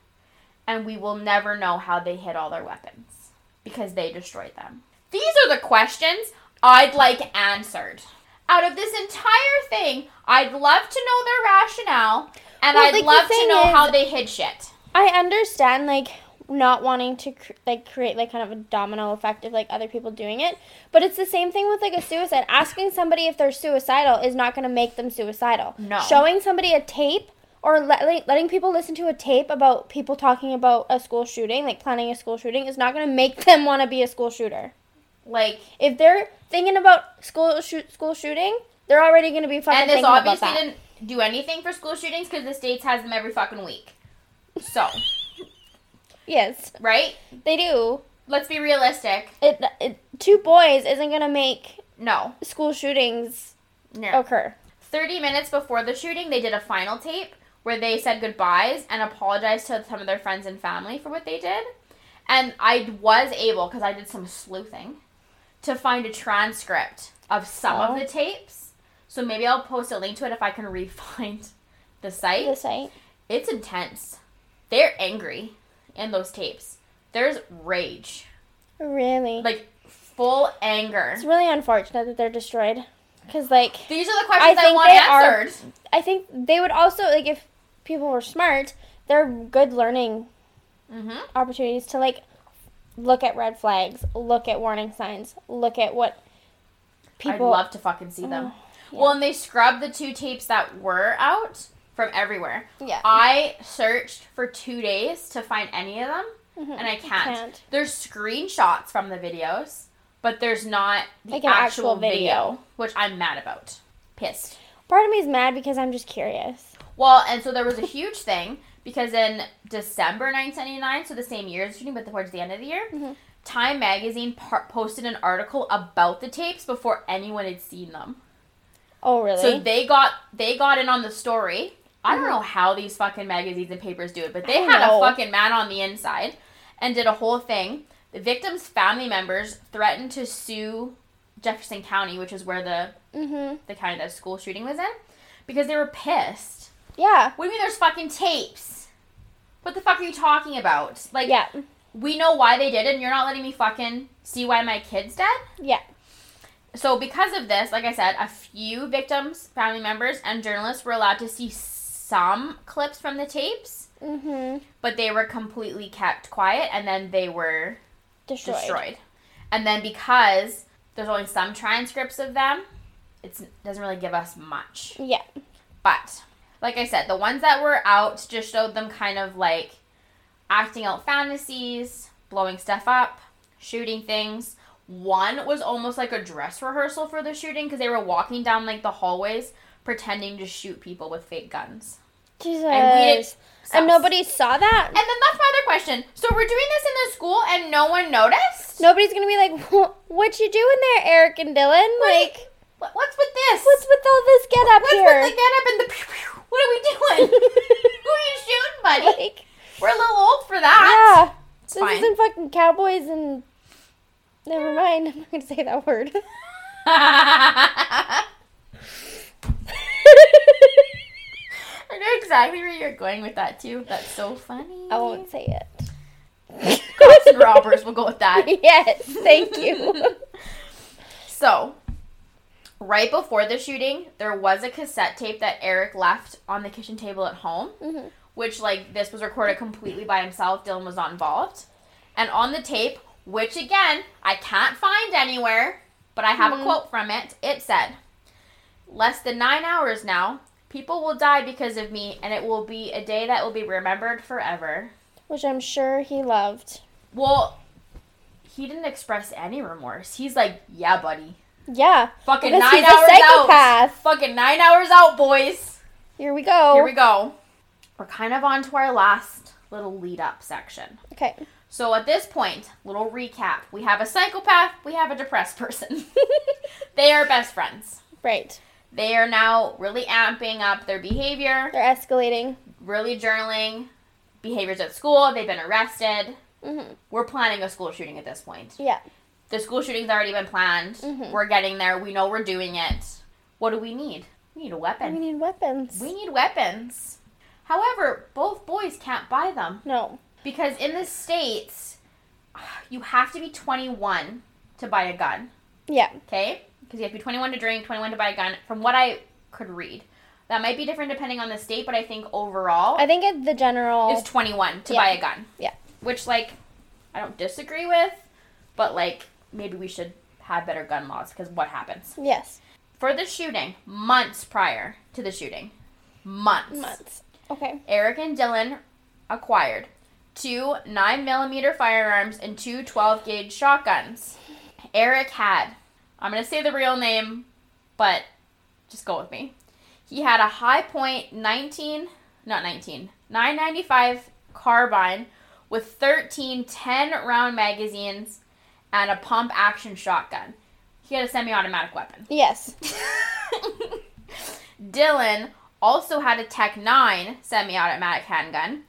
and we will never know how they hid all their weapons because they destroyed them. These are the questions I'd like answered. Out of this entire thing, I'd love to know their rationale, and Well, I'd like, the love to thing know is- how they hid shit. I understand like not wanting to cr- like create like kind of a domino effect of like other people doing it, but it's the same thing with like a suicide. Asking somebody if they're suicidal is not going to make them suicidal. No. Showing somebody a tape or let, like, letting people listen to a tape about people talking about a school shooting, like planning a school shooting, is not going to make them want to be a school shooter. Like, If they're thinking about school shoot school shooting, they're already going to be fucking and this thinking about obviously that. didn't do anything for school shootings because the states has them every fucking week. So, yes, right? they do. Let's be realistic. It, it two boys isn't going to make No, school shootings no. occur. 30 minutes before the shooting, they did a final tape where they said goodbyes and apologized to some of their friends and family for what they did. And I was able, because I did some sleuthing, to find a transcript of some Oh. of the tapes. So maybe I'll post a link to it if I can re-find the site. The site. It's intense. They're angry in those tapes. There's rage, Really. like full anger. it's really unfortunate that they're destroyed. Because, like, These are the questions I, think want they are- answered. I think they would also, like, if people were smart, they're good learning Mm-hmm. opportunities to, like, look at red flags, look at warning signs, look at what people. Oh, I'd love to fucking see them. yeah. Well, and they scrubbed the two tapes that were out from everywhere. yeah. I searched for two days to find any of them, Mhm. and I can't. Can't. There's screenshots from the videos, but there's not the Like an actual, actual video, video. which I'm mad about. Pissed. Part of me is mad because I'm just curious. Well, and so there was a huge thing because in December 1999, so the same year as shooting, but towards the end of the year, Mhm. Time magazine par- posted an article about the tapes before anyone had seen them. Oh, really? So they got they got in on the story. I don't know how these fucking magazines and papers do it, but they I had know. a fucking man on the inside and did a whole thing. The victim's family members threatened to sue Jefferson County, which is where the mm-hmm. the county that school shooting was in, because they were pissed. Yeah. What do you mean there's fucking tapes? What the fuck are you talking about? Like, Yeah. we know why they did it, and you're not letting me fucking see why my kid's dead? Yeah. So, because of this, like I said, a few victims, family members, and journalists were allowed to see some clips from the tapes, Mm-hmm. but they were completely kept quiet and then they were Destroyed. destroyed. And then because there's only some transcripts of them, it doesn't really give us much. Yeah. But like I said, the ones that were out just showed them kind of like acting out fantasies, blowing stuff up, shooting things. One was almost like a dress rehearsal for the shooting because they were walking down like the hallways pretending to shoot people with fake guns. Jesus. we And, did- nobody saw that? And then that's my other question. So we're doing this in the school and no one noticed? Nobody's gonna be like, "Wh- "What you doing there, Eric and Dylan?" Right. Like, What- What's with this? what's with all this get up What's here? with the get up and the pew pew? What are we doing? Who are you shooting, buddy? like, We're a little old for that. yeah, this fine. isn't fucking cowboys and. Never mind. I'm not gonna say that word. I know exactly where you're going with that too. That's so funny. I won't say it. Cops and robbers. We'll go with that. Yes, thank you. So, right before the shooting, there was a cassette tape that Eric left on the kitchen table at home, Mhm. which like this was recorded completely by himself. Dylan was not involved, and on the tape, which again I can't find anywhere, but I have Mhm. a quote from it. It said, "Less than nine hours now." People will die because of me, and it will be a day that will be remembered forever. Which I'm sure he loved. Well, he didn't express any remorse. He's like, yeah, buddy. Yeah. Fucking Because nine he's a hours out. psychopath. Oh. Fucking nine hours out, boys. Here we go. Here we go. We're kind of on to our last little lead up section. Okay. So at this point, little recap. We have a psychopath, we have a depressed person. they are best friends. Right. They are now really amping up their behavior, They're escalating. really journaling, behaviors at school, they've been arrested. hmm We're planning a school shooting at this point. Yeah. The school shooting's already been planned. Mhm. We're getting there. We know we're doing it. What do we need? We need a We weapon. need weapons. We need weapons. However, both boys can't buy them no. because in the States, you have to be 21 to buy a gun, Yeah. okay? Because you have to be 21 to drink, 21 to buy a gun, from what I could read. That might be different depending on the state, but I think overall I think it, the general. it's 21 to Yeah. buy a gun. Yeah. Which, like, I don't disagree with, but, like, maybe we should have better gun laws because what happens? yes. For the shooting, months prior to the shooting, Months. Okay. Eric and Dylan acquired two 9mm firearms and two 12 gauge shotguns. Eric had, I'm going to say the real name, but just go with me. He had a high point 19, not 19, 995 carbine with 13 10 round magazines and a pump action shotgun. He had a semi automatic weapon. Yes. Dylan also had a Tech 9 semi automatic handgun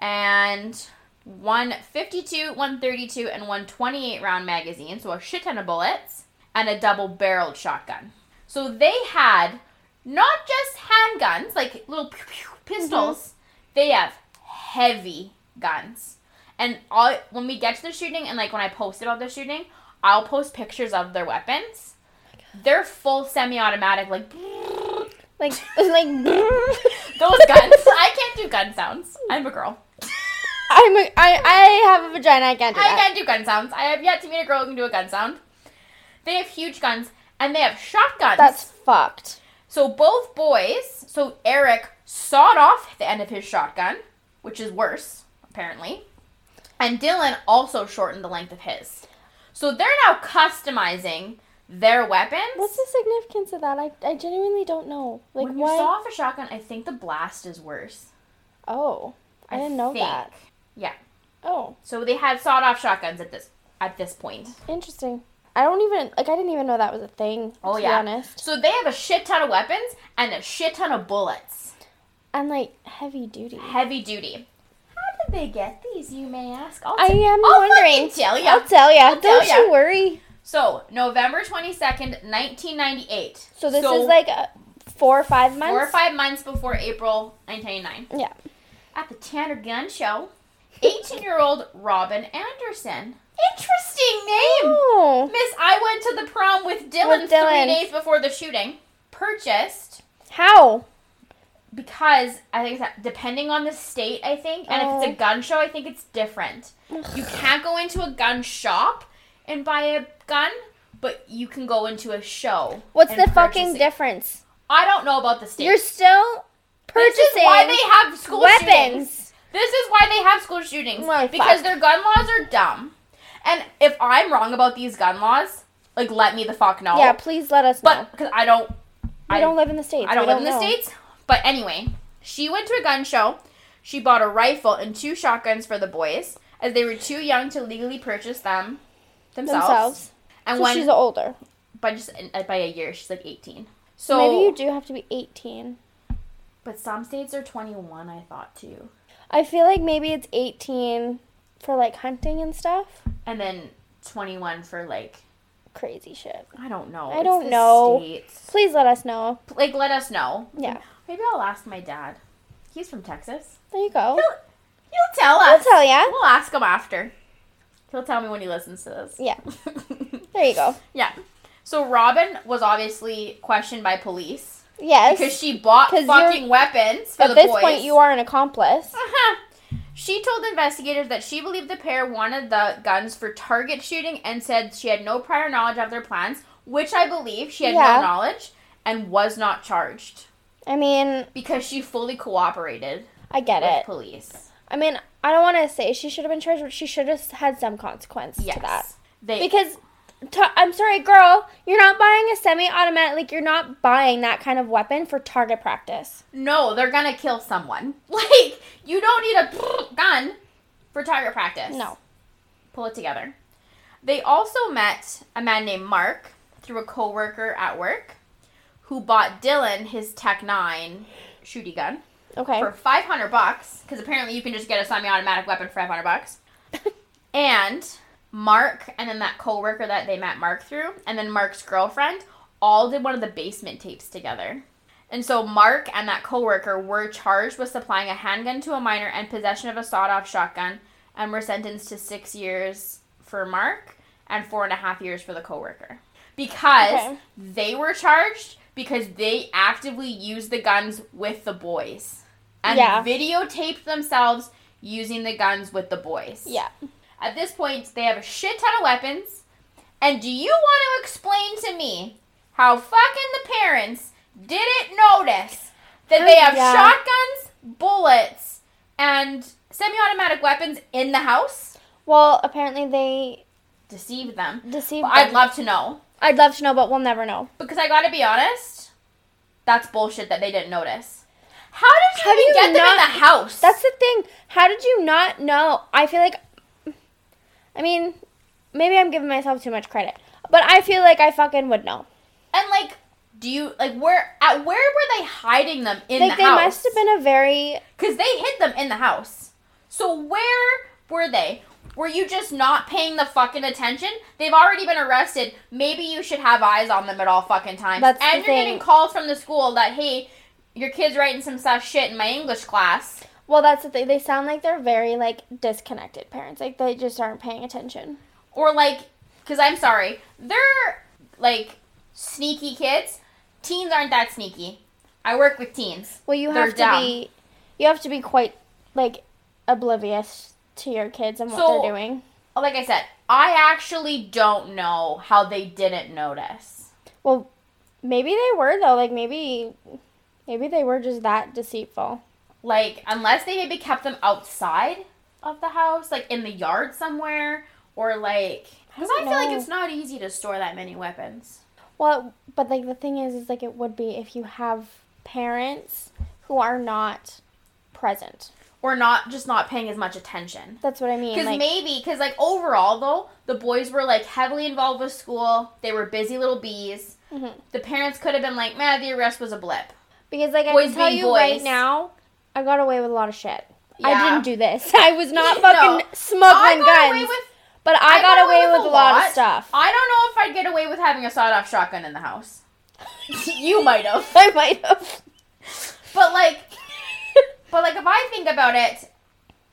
and one 52, 132, and one 28 round magazine, so a shit ton of bullets, and a double barreled shotgun. So they had not just handguns, like little pew, pew pistols, they have heavy guns. And all, when we get to the shooting, and like when I post about the shooting, I'll post pictures of their weapons. They're full semi-automatic, like Like, like. those guns. I can't do gun sounds. I'm a girl. I'm a, I, I have a vagina. I can't do I that. can't do gun sounds. I have yet to meet a girl who can do a gun sound. They have huge guns and they have shotguns. That's fucked. so both boys, so Eric sawed off the end of his shotgun, which is worse, apparently. And Dylan also shortened the length of his. So they're now customizing their weapons. What's the significance of that? I, I genuinely don't know. Like, when you why? saw off a shotgun, I think the blast is worse. oh, I, didn't know think. that. Yeah. Oh, So they had sawed off shotguns at this at this point. interesting. I don't even like. I didn't even know that was a thing. Oh to yeah. Be honest. So they have a shit ton of weapons and a shit ton of bullets. And like heavy duty. Heavy duty. How did they get these, you may ask? I'll I t- am I'll wondering. fucking Oh, tell ya. I'll tell ya. tell don't ya. you worry. So November twenty second, nineteen ninety eight. So this is like uh, four or five months. four or five months before April nineteen ninety nine. Yeah. At the Tanner Gun Show, eighteen year old Robin Anderson. Interesting name. Oh, Miss, I went to the prom with Dylan, With Dylan. three days before the shooting. Purchased how? because I think that depending on the state, I think, and if it's Oh. a gun show, I think it's different. You can't go into a gun shop and buy a gun, but you can go into a show. What's and the purchase fucking it. difference? I don't know about the state. You're still this purchasing is why they have school shootings. weapons. This is why they have school shootings Well, because fuck. their gun laws are dumb. And if I'm wrong about these gun laws, like let me the fuck know. Yeah, please let us know. but because I don't, We I don't live in the states. I don't We live in the know. States. But anyway, she went to a gun show. She bought a rifle and two shotguns for the boys, as they were too young to legally purchase them themselves. themselves. And So one she's older. by just uh, by a year, she's like eighteen. So So maybe you do have to be 18. but some states are twenty one. I thought too, I feel like maybe it's 18 for like hunting and stuff. and then twenty one for like Crazy shit. I don't know. I don't know. States. Please let us know. Like let us know. Yeah. Maybe I'll ask my dad. He's from Texas. There you go. He'll, he'll tell I'll us. tell ya. We'll ask him after. He'll tell me when he listens to this. Yeah. There you go. yeah. So Robin was obviously questioned by police because Yes. she bought 'Cause fucking weapons for At the this boys. point, you are an accomplice. Uh-huh. She told investigators that she believed the pair wanted the guns for target shooting and said she had no prior knowledge of their plans, which I believe she had Yeah. no knowledge and was not charged I mean, because she fully cooperated I get with it. police. I mean, I don't want to say she should have been charged, but she should have had some consequence Yes. to that. They Because, i I'm sorry, girl, you're not buying a semi-automatic. Like you're not buying that kind of weapon for target practice. no, they're gonna kill someone. Like you don't need a gun for target practice. No. pull it together. They also met a man named Mark through a coworker at work, who bought Dylan his Tech Nine shooty gun Okay. for five hundred bucks because apparently you can just get a semi-automatic weapon for five hundred bucks. and Mark, and then that coworker that they met Mark through, and then Mark's girlfriend, all did one of the basement tapes together. And so Mark and that coworker were charged with supplying a handgun to a minor and possession of a sawed-off shotgun, and were sentenced to six years for Mark and four and a half years for the coworker because Okay. they were charged because they actively used the guns with the boys and Yeah. videotaped themselves using the guns with the boys. yeah. At this point, they have a shit ton of weapons. And do you want to explain to me how fucking the parents didn't notice that they have Yeah. shotguns, bullets, and semi-automatic weapons in the house? Well, apparently they Deceive them. deceived. Well, I'd them. love to know I'd love to know, but we'll never know. because I got to be honest, that's bullshit that they didn't notice. How did you How do even you get them in not- the house? That's the thing. How did you not know? I feel like, I mean, maybe I'm giving myself too much credit, but I feel like I fucking would know. And like, do you like where at where were they hiding them in like the they house? must have been a very because they hid them in the house. So where were they? Were you just not paying the fucking attention? They've already been arrested. Maybe you should have eyes on them at all fucking times. That's the and you're thing. getting calls from the school that hey, your kid's writing some sus shit in my English class. well. That's the thing. They sound like they're very like disconnected parents. Like they just aren't paying attention. or like because i'm sorry they're like sneaky kids teens aren't that sneaky i work with teens Well, you They're have to dumb. be, you have to be quite like oblivious to your kids and what So- they're doing. like i said i actually don't know how they didn't notice Well, maybe they were though. Like maybe, maybe they were just that deceitful. like unless they maybe kept them outside of the house like in the yard somewhere or like because I i, don't feel like know. it's not easy to store that many weapons Well, but like the thing is, is like it would be if you have parents who are not present. or not just not paying as much attention That's what I mean. Because Like, maybe, because like overall though, the boys were like heavily involved with school. They were busy little bees. Mhm. The parents could have been like, "Man, the arrest was a blip." because like I boys can tell being you right boys. now, I got away with a lot of shit. I Yeah. didn't do this. I was not No. fucking I smuggling got guns, away with. but I, got, away with, a lot, of stuff. I don't know if I'd get away with having a sawed-off shotgun in the house. you might have, I might have. but like, but like if I think about it,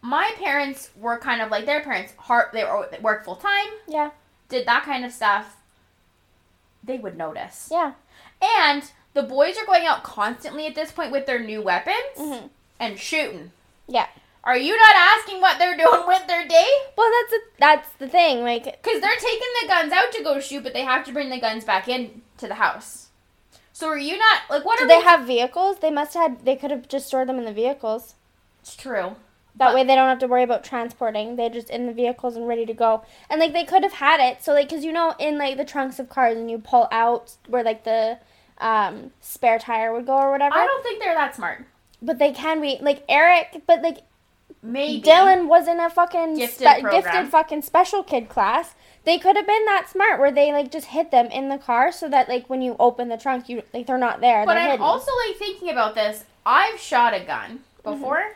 my parents were kind of like their parents. Heart, they were they worked full time, Yeah, did that kind of stuff. They would notice. yeah. And the boys are going out constantly at this point with their new weapons Mhm. and shooting. Yeah. Are you not asking what they're doing with their day? Well, that's a, that's the thing. Like, Because they're taking the guns out to go shoot, but they have to bring the guns back in to the house. So are you not like what do are they we- have vehicles? They must have. had- They could have just stored them in the vehicles. It's true. That way they don't have to worry about transporting. They're just in the vehicles and ready to go. And like they could have had it. So like cuz you know in like the trunks of cars and you pull out where like the um spare tire would go or whatever. I don't think they're that smart. but they can be like Eric, but like Maybe Dylan was in a fucking Gifted program. gifted fucking special kid class. They could have been that smart where they like just hid them in the car so that like when you open the trunk you like they're not there. But they're I'm hidden. also like thinking about this. I've shot a gun before.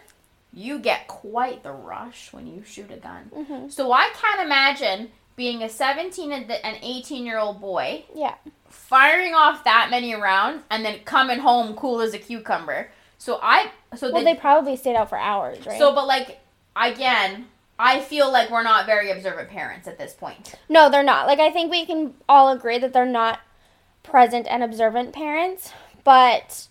You get quite the rush when you shoot a gun. Mhm. So I can't imagine being a 17 and an 18 year old boy yeah. firing off that many rounds and then coming home cool as a cucumber. So I so Well, the, they probably stayed out for hours, right? so but like again, I feel like we're not very observant parents at this point. No, they're not. Like I think we can all agree that they're not present and observant parents, but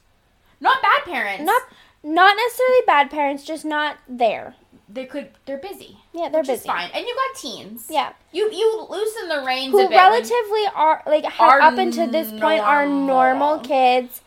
Not bad parents. not not necessarily bad parents, just not there. they could they're busy. Yeah, they're Which is busy. fine. And you got teens. Yeah, You you loosen the reins a who bit. when- relatively are like ha- Are up until this point are normal. normal kids.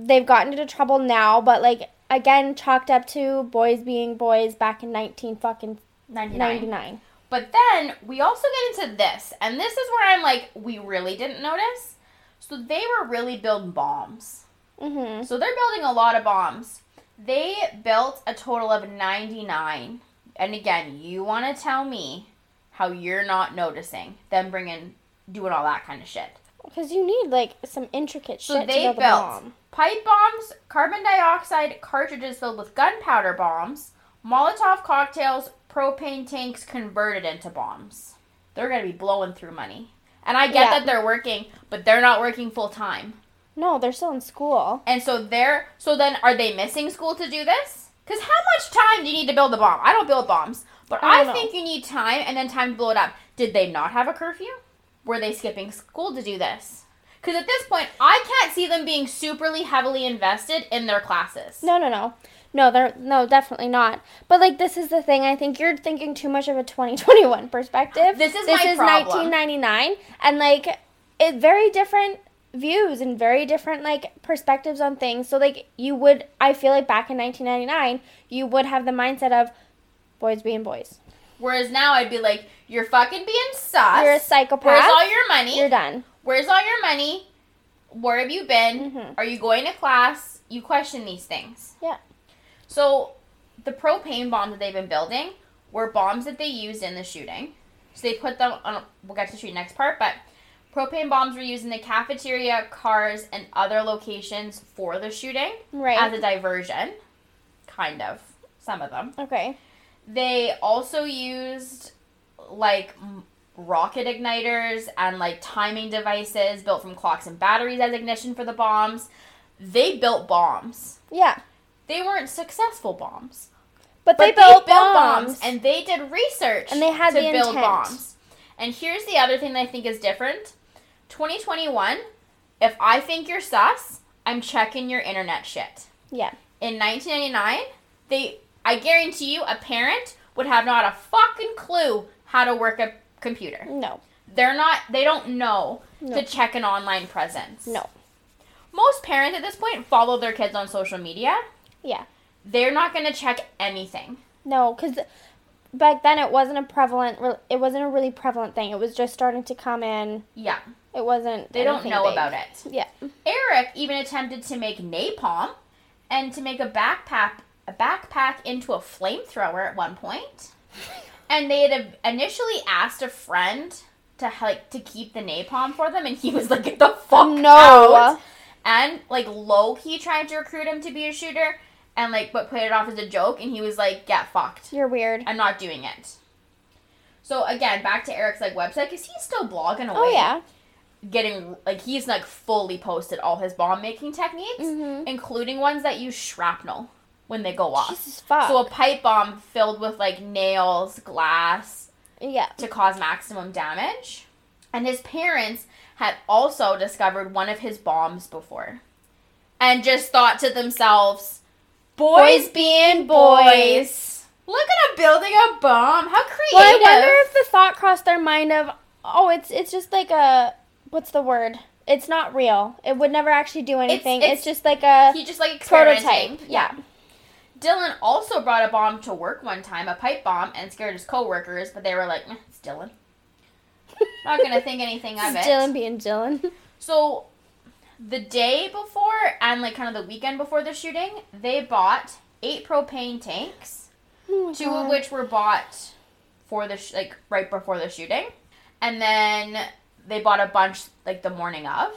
They've gotten into trouble now, but like again chalked up to boys being boys back in 19 fucking 99. 99. But then we also get into this, and this is where I'm like, we really didn't notice. So they were really building bombs. Mhm. So they're building a lot of bombs. They built a total of 99. And again, you want to tell me how you're not noticing them bringing, doing all that kind of shit. Cuz you need like some intricate So shit they to build built a bomb. pipe bombs, carbon dioxide cartridges filled with gunpowder bombs, Molotov cocktails, propane tanks converted into bombs. They're gonna be blowing through money. And I get Yeah. that they're working, but they're not working full time. No, they're still in school. And so they're so then are they missing school to do this? Cause how much time do you need to build a bomb? I don't build bombs, but I I, don't know. think you need time and then time to blow it up. Did they not have a curfew? Were they skipping school to do this? Cause at this point, I can't see them being superly heavily invested in their classes. No, no, no. No, they're no, definitely not. But like this is the thing. I think you're thinking too much of a 2021 perspective. This is this my is problem. 1999 and like it very different views and very different like perspectives on things. So like you would I feel like back in 1999, you would have the mindset of boys being boys. Whereas now I'd be like, you're fucking being sus. You're a psychopath. Where's all your money? You're done. Where's all your money? Where have you been? Mhm. Are you going to class? You question these things. Yeah. So the propane bombs that they've been building were bombs that they used in the shooting. So they put them on. We'll get to the shooting next part, but propane bombs were used in the cafeteria, cars, and other locations for the shooting as a Right. diversion. Kind of. Some of them. Okay. They also used like m- rocket igniters and like timing devices built from clocks and batteries as ignition for the bombs. They built bombs. Yeah. They weren't successful bombs, But, but they, built, bombs. and they did research And they had to the build intent. bombs. And here's the other thing that I think is different. 2021, if I think you're sus, I'm checking your internet shit yeah. in 1999, they I guarantee you a parent would have not a fucking clue how to work a computer. No. They're not they don't know No. to check an online presence. No. Most parents at this point follow their kids on social media. Yeah. They're not going to check anything. No, because back then it wasn't a prevalent. re- It wasn't a really prevalent thing. It was just starting to come in. Yeah. It wasn't. They don't anything know big. about it. Yeah, Eric even attempted to make napalm and to make a backpack a backpack into a flamethrower at one point. And they had initially asked a friend to like to keep the napalm for them, and he was like, "Get the fuck No. out!" And like low key tried to recruit him to be a shooter, and like but played it off as a joke, and he was like, "Get fucked! you're weird. I'm not doing it." So again, back to Eric's like website because he's still blogging away Oh yeah, getting like he's like fully posted all his bomb making techniques, Mhm. including ones that use shrapnel when they go off. Jesus fuck. So a pipe bomb filled with like nails, glass yeah, to cause maximum damage. And his parents had also discovered one of his bombs before. And just thought to themselves, boys, boys being boys. boys. Look at him building a bomb. How creative. Well, I wonder if the thought crossed their mind of, oh, it's it's just like a what's the word? It's not real. It would never actually do anything. It's, it's- just like a he just like experimenting. prototype. Yeah. Dylan also brought a bomb to work one time, a pipe bomb, and scared his coworkers, but they were like, "Eh, it's Dylan. Not gonna think anything of it. Dylan being Dylan. So the day before and like kind of the weekend before the shooting, they bought eight propane tanks, two Uh. of which were bought for the sh- like right before the shooting. And then they bought a bunch like the morning of.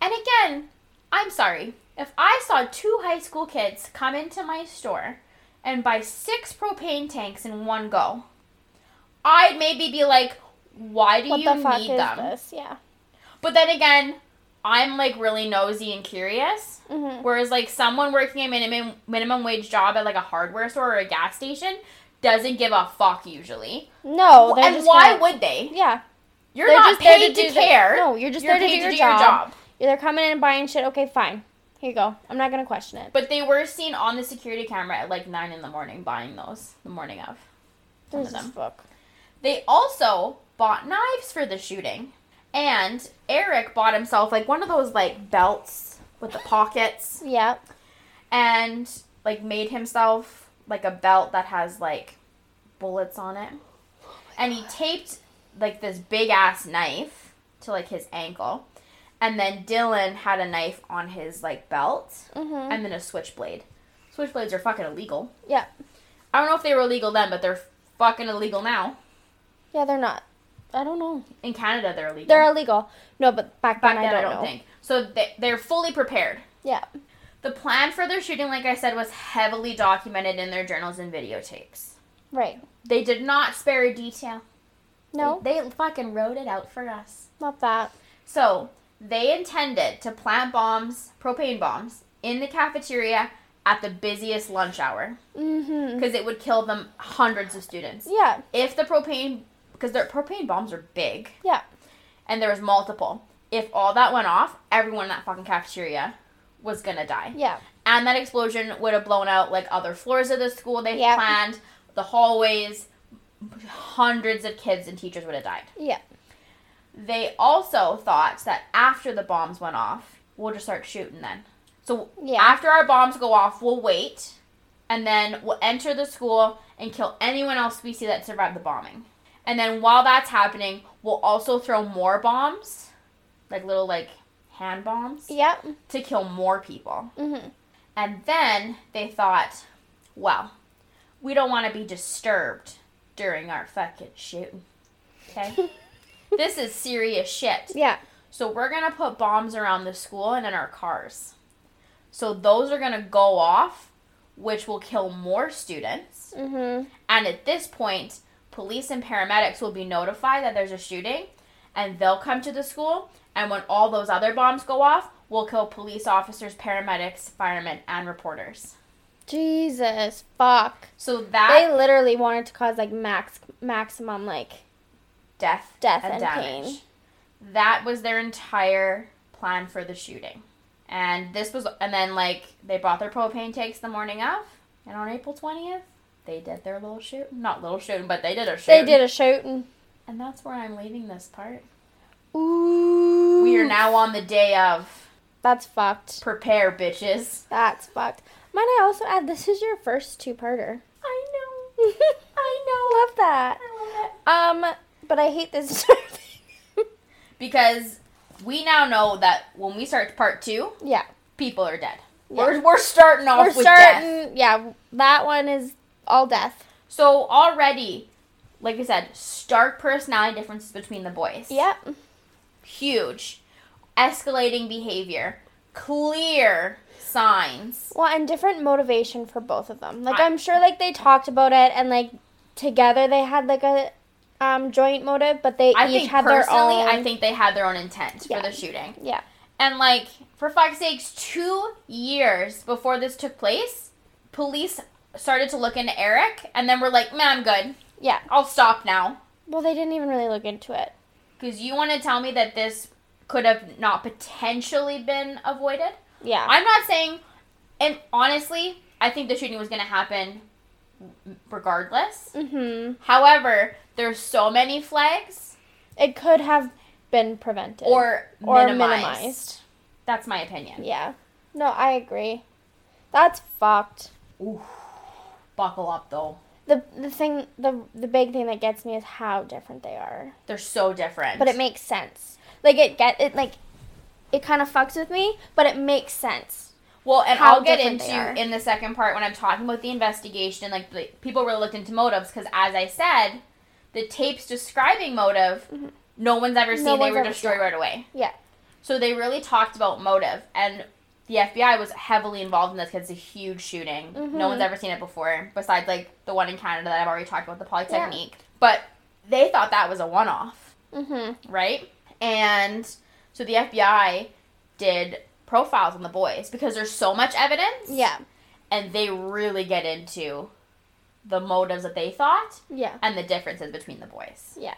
And again, I'm sorry. If I saw two high school kids come into my store and buy six propane tanks in one go, I'd maybe be like, why do What you the fuck need is them? this? Yeah. But then again, I'm like really nosy and curious. Mm-hmm. Whereas like someone working a minimum minimum wage job at like a hardware store or a gas station doesn't give a fuck usually. No, Oh, they're and just why gonna- would they? Yeah, You're They're not just there paid to to, do the- care. no, you're just You're there to paid do your your job. job. they're coming in and buying shit. Okay, fine. Here you go. I'm not gonna question it. But they were seen on the security camera at like nine in the morning buying those the morning of. Some There's of this them. book. They also bought knives for the shooting. And Eric bought himself like one of those like belts with the pockets. Yeah. and like made himself like a belt that has like bullets on it. and he taped like this big ass knife to like his ankle. And then Dylan had a knife on his like belt Mm-hmm. and then a switchblade. Switchblades are fucking illegal. Yeah. I don't know if they were illegal then, but they're fucking illegal now. Yeah, they're not. I don't know. In Canada, they're illegal. They're illegal. No, but back then back I then. don't, I don't know. think so. They, they're fully prepared. Yeah. The plan for their shooting, like I said, was heavily documented in their journals and videotapes. Right. They did not spare a detail. No, They, they fucking wrote it out for us. not that. So they intended to plant bombs, propane bombs, in the cafeteria at the busiest lunch hour Mm-hmm. because it would kill them hundreds of students. Yeah. If the propane, because their propane bombs are big Yeah. and there was multiple. If all that went off, everyone in that fucking cafeteria was gonna die. Yeah. And that explosion would have blown out like other floors of the school they Yeah. planned, the hallways, hundreds of kids and teachers would have died. Yeah. They also thought that after the bombs went off, we'll just start shooting then. So Yeah. after our bombs go off, we'll wait and then we'll enter the school and kill anyone else we see that survived the bombing. And then while that's happening, we'll also throw more bombs, like little like hand bombs Yeah. to kill more people. Mm-hmm. And then they thought, well, we don't want to be disturbed during our fucking shooting. Okay? this is serious shit. Yeah. So we're gonna put bombs around the school and in our cars. So those are gonna go off, which will kill more students. Mm-hmm. And at this point, police and paramedics will be notified that there's a shooting, and they'll come to the school. And when all those other bombs go off, we'll kill police officers, paramedics, firemen, and reporters. Jesus fuck. So They that literally wanted to cause like max maximum like death, death and, and damage. pain. That was their entire plan for the shooting. And this was, and then like they bought their propane tanks the morning of, and on April twentieth, they did their little shoot. Not little shooting, but they did a shoot. They did a shooting. and that's where I'm leaving this part. Ooh. We are now on the day of That's fucked. prepare, bitches. That's fucked. Might I also add this is your first two parter. I know. I know. Love that. I love it. Um, but I hate this entire thing. Because we now know that when we start part two, yeah. people are dead. Yeah. We're, we're starting off We're with death. starting yeah, that one is all death. So already, like I said, stark personality differences between the boys. Yep. Huge. Escalating behavior. Clear signs. Well, and different motivation for both of them. Like I- I'm sure like they talked about it and like together they had like a um joint motive, but they I each think had personally, their own. I think they had their own intent Yeah. for the shooting. yeah. And like, for fuck's sakes, two years before this took place, police started to look into Eric and then were like, man, I'm good. Yeah. I'll stop now. Well, they didn't even really look into it. Because you want to tell me that this could have not potentially been avoided? Yeah. I'm not saying, and honestly, I think the shooting was going to happen regardless. mhm. However, there's so many flags It could have been prevented or, or minimized. minimized. That's my opinion. Yeah. No, I agree. That's fucked. Ooh, buckle up though. The the thing the the big thing that gets me is how different they are. They're so different. But it makes sense. Like it get it like it kind of fucks with me, but it makes sense. well, and how I'll get different they are. into in the second part when I'm talking about the investigation. Like the, people really looked into motives because, as I said, the tapes describing motive, no one's ever seen. they Mm-hmm. one's were ever- destroyed right away. Yeah. So they really talked about motive, and the FBI was heavily involved in this because it's a huge shooting. No Mhm. one's ever seen it before, besides like the one in Canada that I've already talked about, the Yeah. polytechnique. But they thought that was a one off, Mhm. right? And so the FBI did profiles on the boys because there's so much evidence. Yeah. And they really get into the motives that they thought Yeah. and the differences between the boys. Yeah.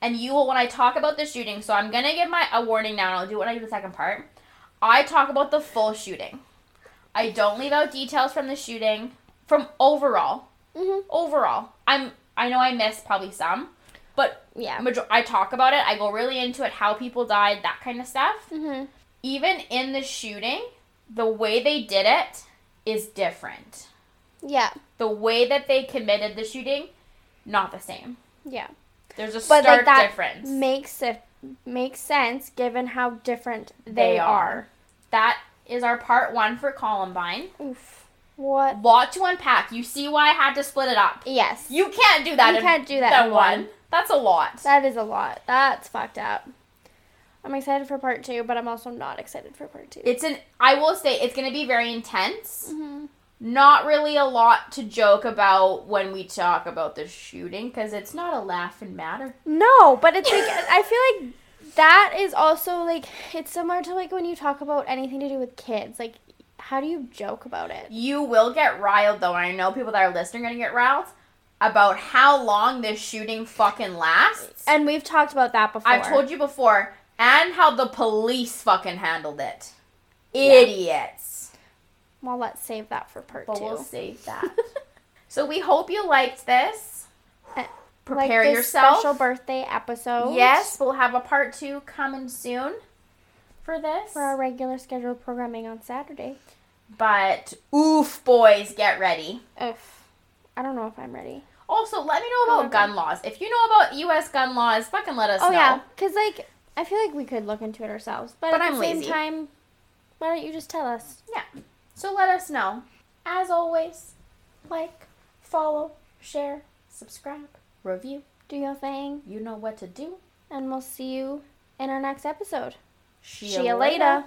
And you will when I talk about the shooting, so I'm gonna give my a warning now and I'll do it when I do the second part. I talk about the full shooting. I don't leave out details from the shooting. From overall. Mhm. Overall. I'm I know I missed probably some, but Yeah. major- I talk about it. I go really into it, how people died, that kind of stuff. Mhm. Even in the shooting, the way they did it is different. Yeah. The way that they committed the shooting, not the same. Yeah. There's a But stark like that difference. makes it makes sense given how different they, they are. are. That is our part one for Columbine. Oof. What? Lot to unpack. You see why I had to split it up. Yes. You can't do that. You in can't do that in one. That's a lot. That is a lot. That's fucked up. I'm excited for part two, but I'm also not excited for part two. it's an. I will say it's going to be very intense. Mhm. Not really a lot to joke about when we talk about the shooting because it's not a laughing matter. No, but it's like I feel like that is also like it's similar to like when you talk about anything to do with kids. Like, how do you joke about it? You will get riled though, and I know people that are listening are going to get riled about how long this shooting fucking lasts. And we've talked about that before. I've told you before, and how the police fucking handled it. Idiots. Well, let's save that for part But two. we'll save that. so we hope you liked this. Uh, Prepare like this yourself. Special birthday episode. Yes, we'll have a part two coming soon for this. For our regular scheduled programming on Saturday. But oof, boys, get ready. If I don't know if I'm ready. Also, let me know Go about ahead. gun laws. If you know about U.S. gun laws, fucking let us Oh know. yeah, because like I feel like we could look into it ourselves, but, But at I'm the same lazy. time, why don't you just tell us? Yeah. So let us know. As always, like, follow, share, subscribe, review. Do your thing, You know what to do. and we'll see you in our next episode. See See you later.